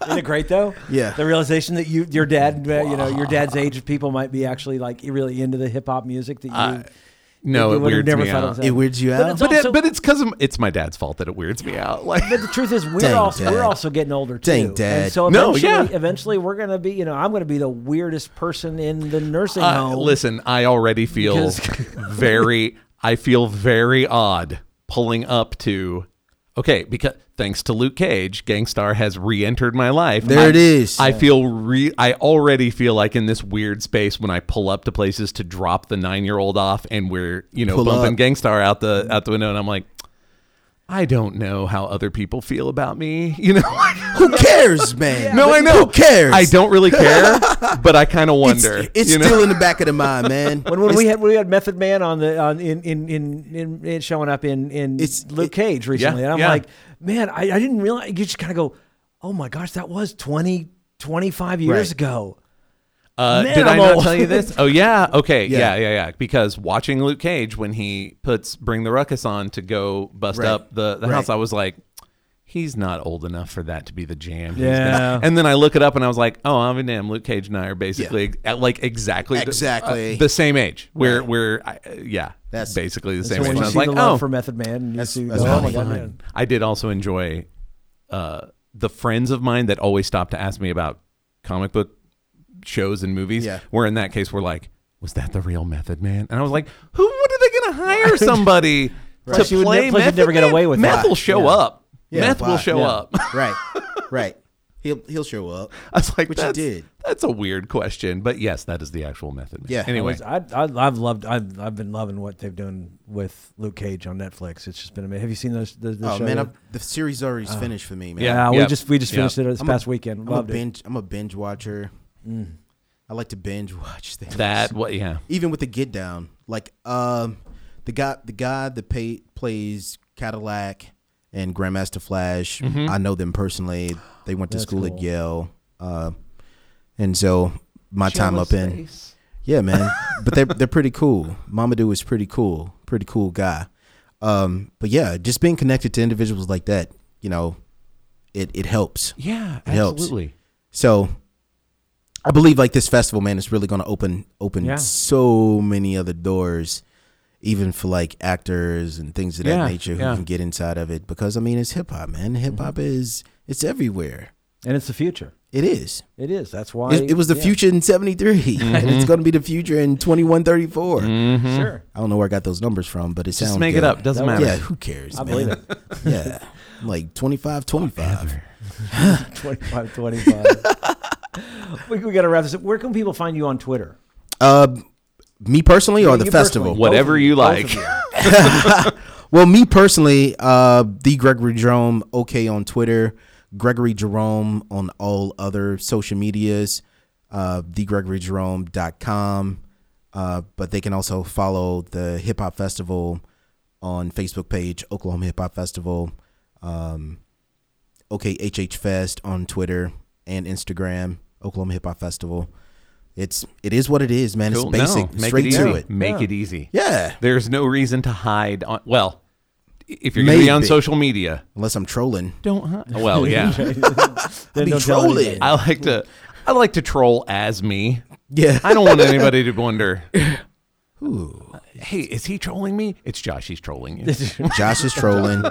S1: Isn't it great though?
S3: Yeah.
S1: The realization that you, your dad, uh, you know, your dad's age people might be actually like really into the hip hop music that you.
S2: No,
S1: you
S2: it
S1: would have
S2: weirds
S1: never
S2: me
S1: thought
S2: out.
S1: was
S3: It weirds you out.
S1: it's
S2: but
S1: also-
S2: it, but it's because it's my dad's fault that it weirds me out. Like
S1: But the truth is, we're
S3: Dang,
S1: also we're
S3: Dad.
S1: also getting older too.
S3: Dang, Dad.
S1: And so
S2: No,
S1: eventually,
S2: yeah.
S1: eventually we're gonna be. You know, I'm gonna be the weirdest person in the nursing
S2: Uh,
S1: home.
S2: Listen, I already feel
S1: Because-
S2: very. I feel very odd pulling up to. Okay, because thanks to Luke Cage, Gangstar has re-entered my life.
S3: There
S2: I-
S3: it is.
S2: I feel re. I already feel like in this weird space when I pull up to places to drop the nine-year-old off, and we're you know
S3: Pull
S2: bumping
S3: up.
S2: Gangstar out the out the window, and I'm like. I don't know how other people feel about me, you know.
S3: Who cares, man?
S2: No, I know.
S3: Who cares?
S2: I don't really care, but I kind of
S3: It's,
S2: wonder.
S3: it's
S2: you know?
S3: still in the back of the mind, man.
S1: When, when we had when we had Method Man on the on in in in, in, in showing up in in
S3: It's-
S1: Luke
S3: it-
S1: Cage recently, and I'm
S2: yeah.
S1: like, man, I, I didn't realize. You just kind of go, oh my gosh, that was 20, 25 years
S3: Right.
S1: ago.
S2: Uh,
S1: Man,
S2: did I
S1: I'm
S2: not
S1: old.
S2: tell you this? Oh yeah. Okay. Yeah.
S3: Yeah.
S2: yeah. Yeah. Because watching Luke Cage when he puts "Bring the Ruckus" on to go bust
S3: Right.
S2: up the, the
S3: Right.
S2: house, I was like, he's not old enough for that to be the jam. he's
S1: Yeah.
S2: gonna- And then I look it up and I was like, oh, I'm a damn Luke Cage and I are basically ex- at like exactly the-
S3: Exactly.
S2: uh, the, same age. We're we're I, uh, yeah. That's
S3: That's-
S2: basically the
S1: So
S2: same age.
S1: when
S2: And
S1: you
S2: I
S1: see
S2: was like,
S1: the love
S2: oh,
S1: for Method Man, and you
S3: That's-
S1: see,
S3: that's
S1: oh my
S3: funny.
S1: god,
S3: Fine.
S1: man.
S2: I did also enjoy uh, the friends of mine that always stop to ask me about comic book shows and movies.
S3: Yeah.
S2: Where in that case, we're like, was that the real Method Man? And I was like, who? What are they going to hire somebody to
S1: Plus you would
S2: play?
S1: ne- plus you'd
S2: Method
S1: never get
S2: Man?
S1: away with
S2: Meth
S1: that.
S2: will show
S1: Yeah.
S2: up.
S3: Yeah,
S2: Meth
S3: why?
S2: will show
S3: Yeah.
S2: up.
S3: right, right. He'll he'll show up.
S2: I was like,
S3: Which he
S2: that's,
S3: did.
S2: that's a weird question, but yes, that is the actual Method Man.
S3: Yeah.
S2: Anyway,
S1: I, I, I've loved. I've, I've been loving what they've done with Luke Cage on Netflix. It's just been amazing. Have you seen those? The, the
S3: Oh
S1: show
S3: man,
S1: yet?
S3: I'm, the series already's finished for me, man.
S2: Uh, Yeah.
S1: yeah, we
S2: Yep.
S1: just we just
S2: Yep.
S1: finished it this
S3: I'm a-
S1: past weekend.
S3: I'm a
S1: Loved it.
S3: binge. I'm a binge watcher. I like to binge watch things.
S2: Mm. that what? Yeah.
S3: even with the Get Down, like um, the guy the guy that pay, plays Cadillac and Grandmaster Flash. I know them personally. They went to
S1: Mm-hmm. That's
S3: school at
S1: cool.
S3: Yale, uh, and so my time up in. Yeah, man. but they're they're pretty cool. Mamadou is pretty cool. Pretty cool guy. Um, but yeah, just being connected to individuals like that, you know, it it helps.
S2: Yeah,
S3: It helps.
S2: absolutely.
S3: So I believe like this festival, man, is really gonna open open
S1: Yeah.
S3: so many other doors, even for like actors and things of that
S2: Yeah,
S3: nature who
S2: yeah. Mm-hmm.
S3: can get inside of it. Because I mean it's hip hop, man. Hip hop is it's everywhere.
S1: and it's the future.
S3: It is.
S1: It is. That's why
S3: It, it was the
S1: yeah.
S3: future in '73, and
S2: Mm-hmm.
S3: it's going to be the future in 2134.
S1: Sure.
S3: I don't know where I got those numbers from, but it sounds
S2: Just make it
S3: good.
S2: up. Doesn't
S1: That
S2: matter.
S3: Yeah, who cares?
S1: I
S3: man?
S1: believe it.
S3: Yeah, like 25, 25.
S1: 25, 25. we, we got to wrap this up. Where can people find you on Twitter?
S3: Uh, Me personally, or
S1: You
S3: the
S1: personally,
S3: festival?
S1: both
S2: Whatever
S1: of
S2: you
S1: both
S2: like.
S1: of you.
S3: Well, me personally, uh, the Gregory Jerome OK on Twitter, Gregory Jerome on all other social medias, uh, thegregoryjerome.com. Uh, but they can also follow the Hip Hop Festival on Facebook page, Oklahoma Hip Hop Festival, um, OKHH Fest on Twitter and Instagram, Oklahoma Hip Hop Festival. It's it is what it is, man.
S2: Cool.
S3: It's basic,
S2: No, make
S3: straight
S2: it
S3: to
S2: easy.
S3: it.
S2: Make
S1: Yeah.
S2: it easy.
S3: Yeah,
S2: There's no reason to hide on. Well, if you're going to be on
S3: Maybe.
S2: social media,
S3: unless I'm trolling.
S2: don't hide. Well, yeah.
S1: Then
S3: be
S1: don't tell
S3: trolling.
S1: anybody.
S2: I like to. I like to troll as me.
S3: Yeah,
S2: I don't want anybody to wonder. Hey, is he trolling me? It's Josh. He's trolling you.
S3: Josh is trolling.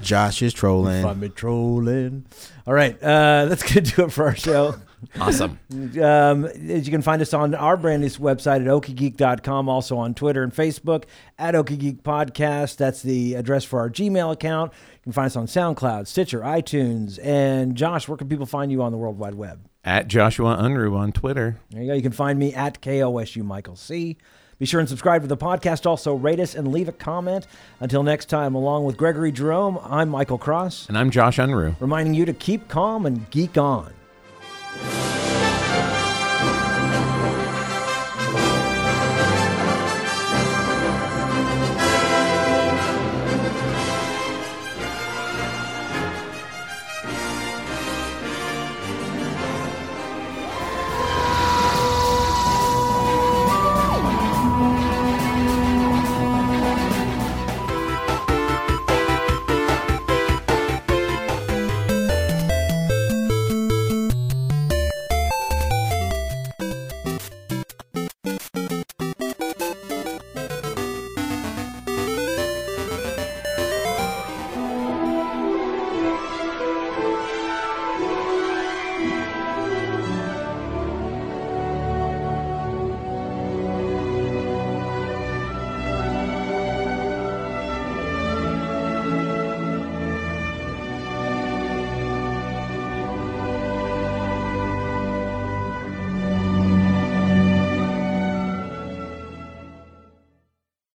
S3: Josh is trolling.
S1: I'm a trolling. All right, uh, that's gonna do it for our show.
S2: awesome.
S1: Um, as you can find us on our brand new website at okiegeek.com, also on Twitter and Facebook at Okiegeek Podcast. That's the address for our Gmail account. You can find us on SoundCloud, Stitcher, iTunes. And Josh, where can people find you on the World Wide Web?
S2: At Joshua Unruh on Twitter.
S1: There you go. You can find me at KOSU Michael C. Be sure and subscribe to the podcast. Also, rate us and leave a comment. Until next time, along with Gregory Jerome, I'm Michael Cross,
S2: And I'm Josh Unruh.
S1: reminding you to keep calm and geek on.